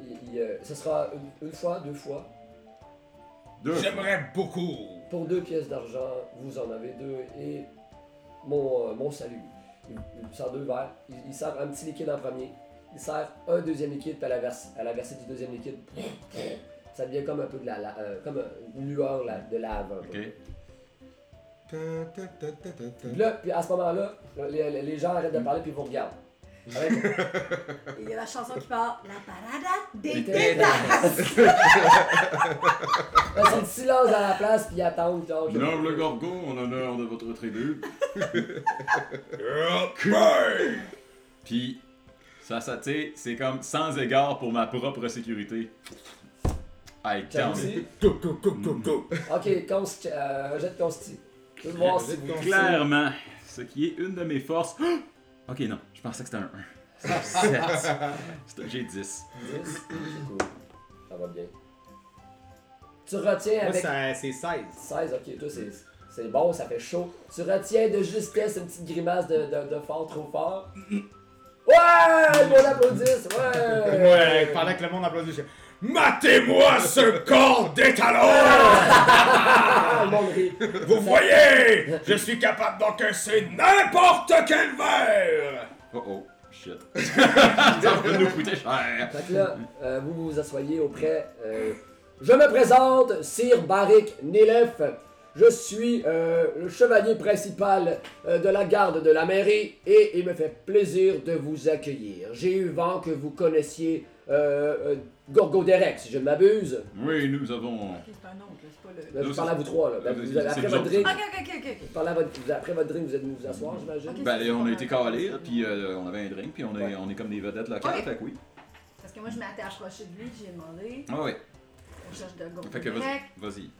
il- il, euh, ce sera une, une fois, deux fois. J'aimerais beaucoup. Pour deux pièces d'argent, vous en avez deux et mon, euh, mon salut. Il, il me sert deux verres. Il, il sert un petit liquide en premier. Il sert un deuxième liquide, puis à la, verse- à la versée du deuxième liquide, ça devient comme un peu de la, la- euh, comme une lueur la- de lave. un peu. Puis là, puis à ce moment-là, les, les- les gens arrêtent de parler puis ils vous regardent. Avec- Et il y a la chanson qui part La parada des Parce qu'ils silence à la place puis ils attendent. genre, que- Noble Gorgo, en honneur de votre tribu. Puis, ça, ça, tu sais, c'est comme sans égard pour ma propre sécurité. I count Jalousie. it. Go, go, go, go, go. Ok, const, euh, jet de consti. Je veux voir si vous Clairement, ce qui est une de mes forces. ok, non, je pensais que c'était un 1. C'est un 7. C'est un- J'ai 10. 10, c'est cool. Ça va bien. Tu retiens Moi, avec ça- c'est 16. 16, ok, toi c'est, c'est bon, ça fait chaud. Tu retiens de justesse une petite grimace de, de, de fort trop fort. Ouais! Qu'on applaudisse! Ouais! Euh, Ouais, pendant que le monde applaudit, je Matez-moi ce corps Ah, le d'étalon! monde rit. Vous voyez, je suis capable d'encaisser n'importe quel verre. Oh oh, shit. ça va nous coûter cher. Fait que là, euh, vous vous asseyez auprès. euh, je me présente, Sir Barik Nilef. Je suis euh, le chevalier principal euh, de la garde de la mairie et il me fait plaisir de vous accueillir. J'ai eu vent que vous connaissiez euh, euh, Gorgo Derek, si je ne m'abuse. Oui, nous avons. C'est un oncle, c'est pas Là, le. je Non, parle c'est- à vous trois. Là. Ben, c'est- vous avez- c'est après, le votre genre. drink, Ok, ok, ok, ok. vous parlez à votre- vous- après votre drink, vous êtes venus vous asseoir, j'imagine. Ok. Ben, on a été calés, puis euh, on avait un drink, puis on est, on est comme des vedettes locales, Ouais. fait que oui. Parce que moi, je m'étais approchée de lui, j'ai demandé. Ah ouais. On cherche de Gorgo Fait que vas-y. Derek. Vas-y.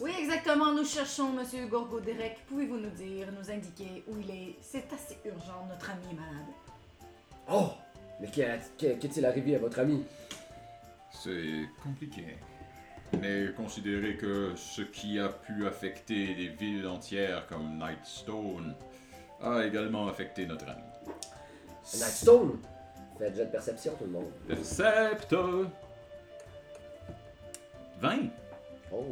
Oui, exactement, nous cherchons monsieur Gorgo Derek. Pouvez-vous nous dire, nous indiquer où il est C'est assez urgent, notre ami est malade. Oh! Mais qu'est- qu'est- qu'est-il arrivé à votre ami? C'est compliqué. Mais considérez que ce qui a pu affecter des villes entières comme Nightstone a également affecté notre ami. Nightstone! Faites jet de perception, tout le monde. Percept 20 Oh!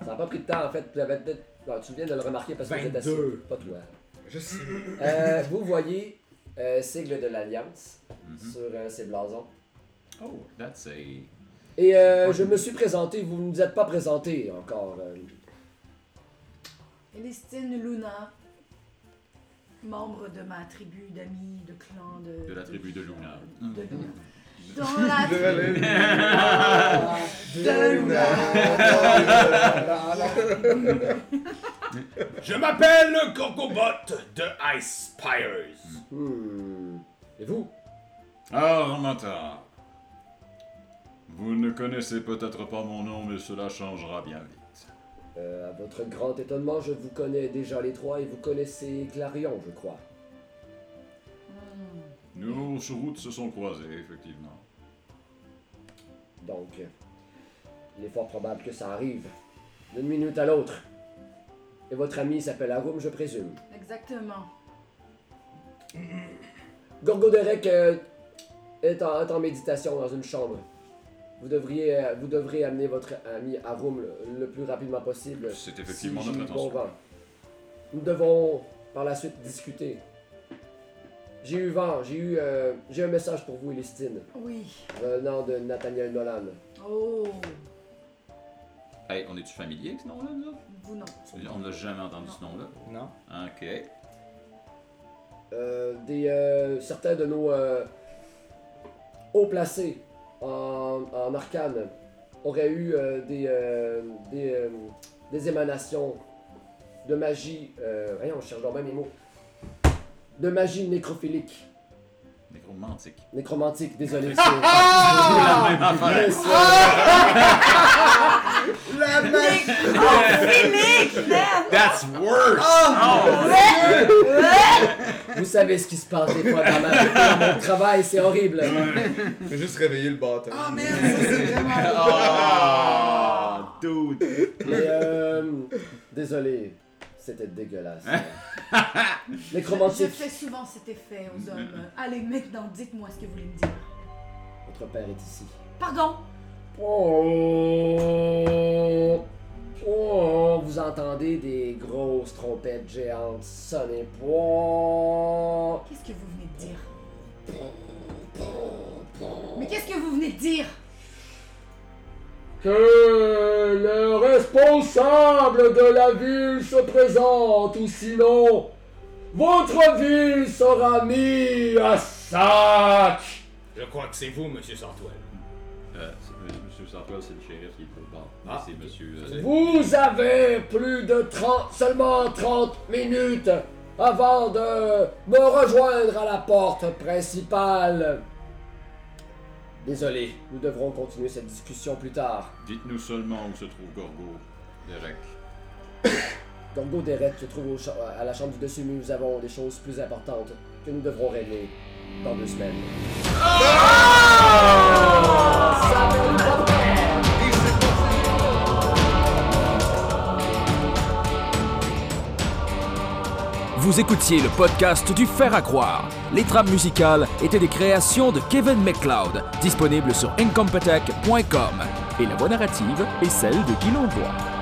Ah, Ça n'a pas pris de temps en fait. J'avais peut-être- non, tu viens de le remarquer parce que vous êtes assis. 22. Pas toi. Je sais. Euh, vous voyez euh, sigle de l'Alliance sur euh, ses blasons. Oh, that's a. Et euh, je me suis présenté, vous ne nous êtes pas présenté encore. euh. Elistine Luna, membre de ma tribu d'amis, de clan, de. De la tribu de Luna. de Luna. Dans la De la tribu Luna. de Luna. Je m'appelle Gorgobot de Ice Spires. Et vous Alors, Manta, vous ne connaissez peut-être pas mon nom, mais cela changera bien vite. Euh, à votre grand étonnement, je vous connais déjà les trois et vous connaissez Clarion, je crois. Nos routes se sont croisées, effectivement. Donc, euh, il est fort probable que ça arrive d'une minute à l'autre. Et votre ami s'appelle Arum, je présume. Exactement. Gorgo Derek euh, est, en, est en méditation dans une chambre. Vous devriez, euh, vous devrez amener votre ami Arum le, le plus rapidement possible. C'est effectivement si j'y notre intention. convainc. Nous devons par la suite discuter. J'ai eu vent, j'ai eu, euh, j'ai un message pour vous, Elistine, Oui. venant de Nathaniel Nolan. Oh, Hey, on est-tu familier avec ce nom-là, nous autres? vous non. On n'a jamais entendu ce nom-là. Non. Ok. Euh, des, euh, certains de nos euh, hauts placés en, en arcane auraient eu euh, des, euh, des, euh, des émanations de magie. Euh, voyons, je cherche dans même les mots. De magie nécrophilique. Nécromantique. Nécromantique, désolé. c'est- Ah! La même affaire. Ah! Mais c'est- La mec! That's worse! Vous savez ce qui se passe des fois dans ma dans mon travail, c'est horrible. J'ai juste réveillé le bâtard. Ah, dude! Mais, euh, désolé, c'était dégueulasse. Je Nécromantique. fais souvent cet effet aux hommes. Allez, maintenant, dites-moi ce que vous voulez me dire. Votre père est ici. Pardon Oh, oh, vous entendez des grosses trompettes géantes sonner. Oh, Qu'est-ce que vous venez de dire Mais qu'est-ce que vous venez de dire Que le responsable de la ville se présente, ou sinon, votre ville sera mise à sac. Je crois que c'est vous, Monsieur Sartwell. Euh, c'est- euh, monsieur Sarkozy, c'est le shérif qui est au bord. Ah. C'est monsieur. euh, Vous avez plus de 30, seulement 30 minutes avant de me rejoindre à la porte principale. Désolé, nous devrons continuer cette discussion plus tard. Dites-nous seulement où se trouve Gorgo, Derek. Gorgo Derek se trouve au cha- à la chambre du dessus, mais nous avons des choses plus importantes que nous devrons régler dans deux semaines. Ça fait une bonne Vous écoutiez le podcast du Fer à croire. Les trames musicales étaient des créations de Kevin McLeod, disponibles sur incompetech.com. Et la voix narrative est celle de Guy Longois.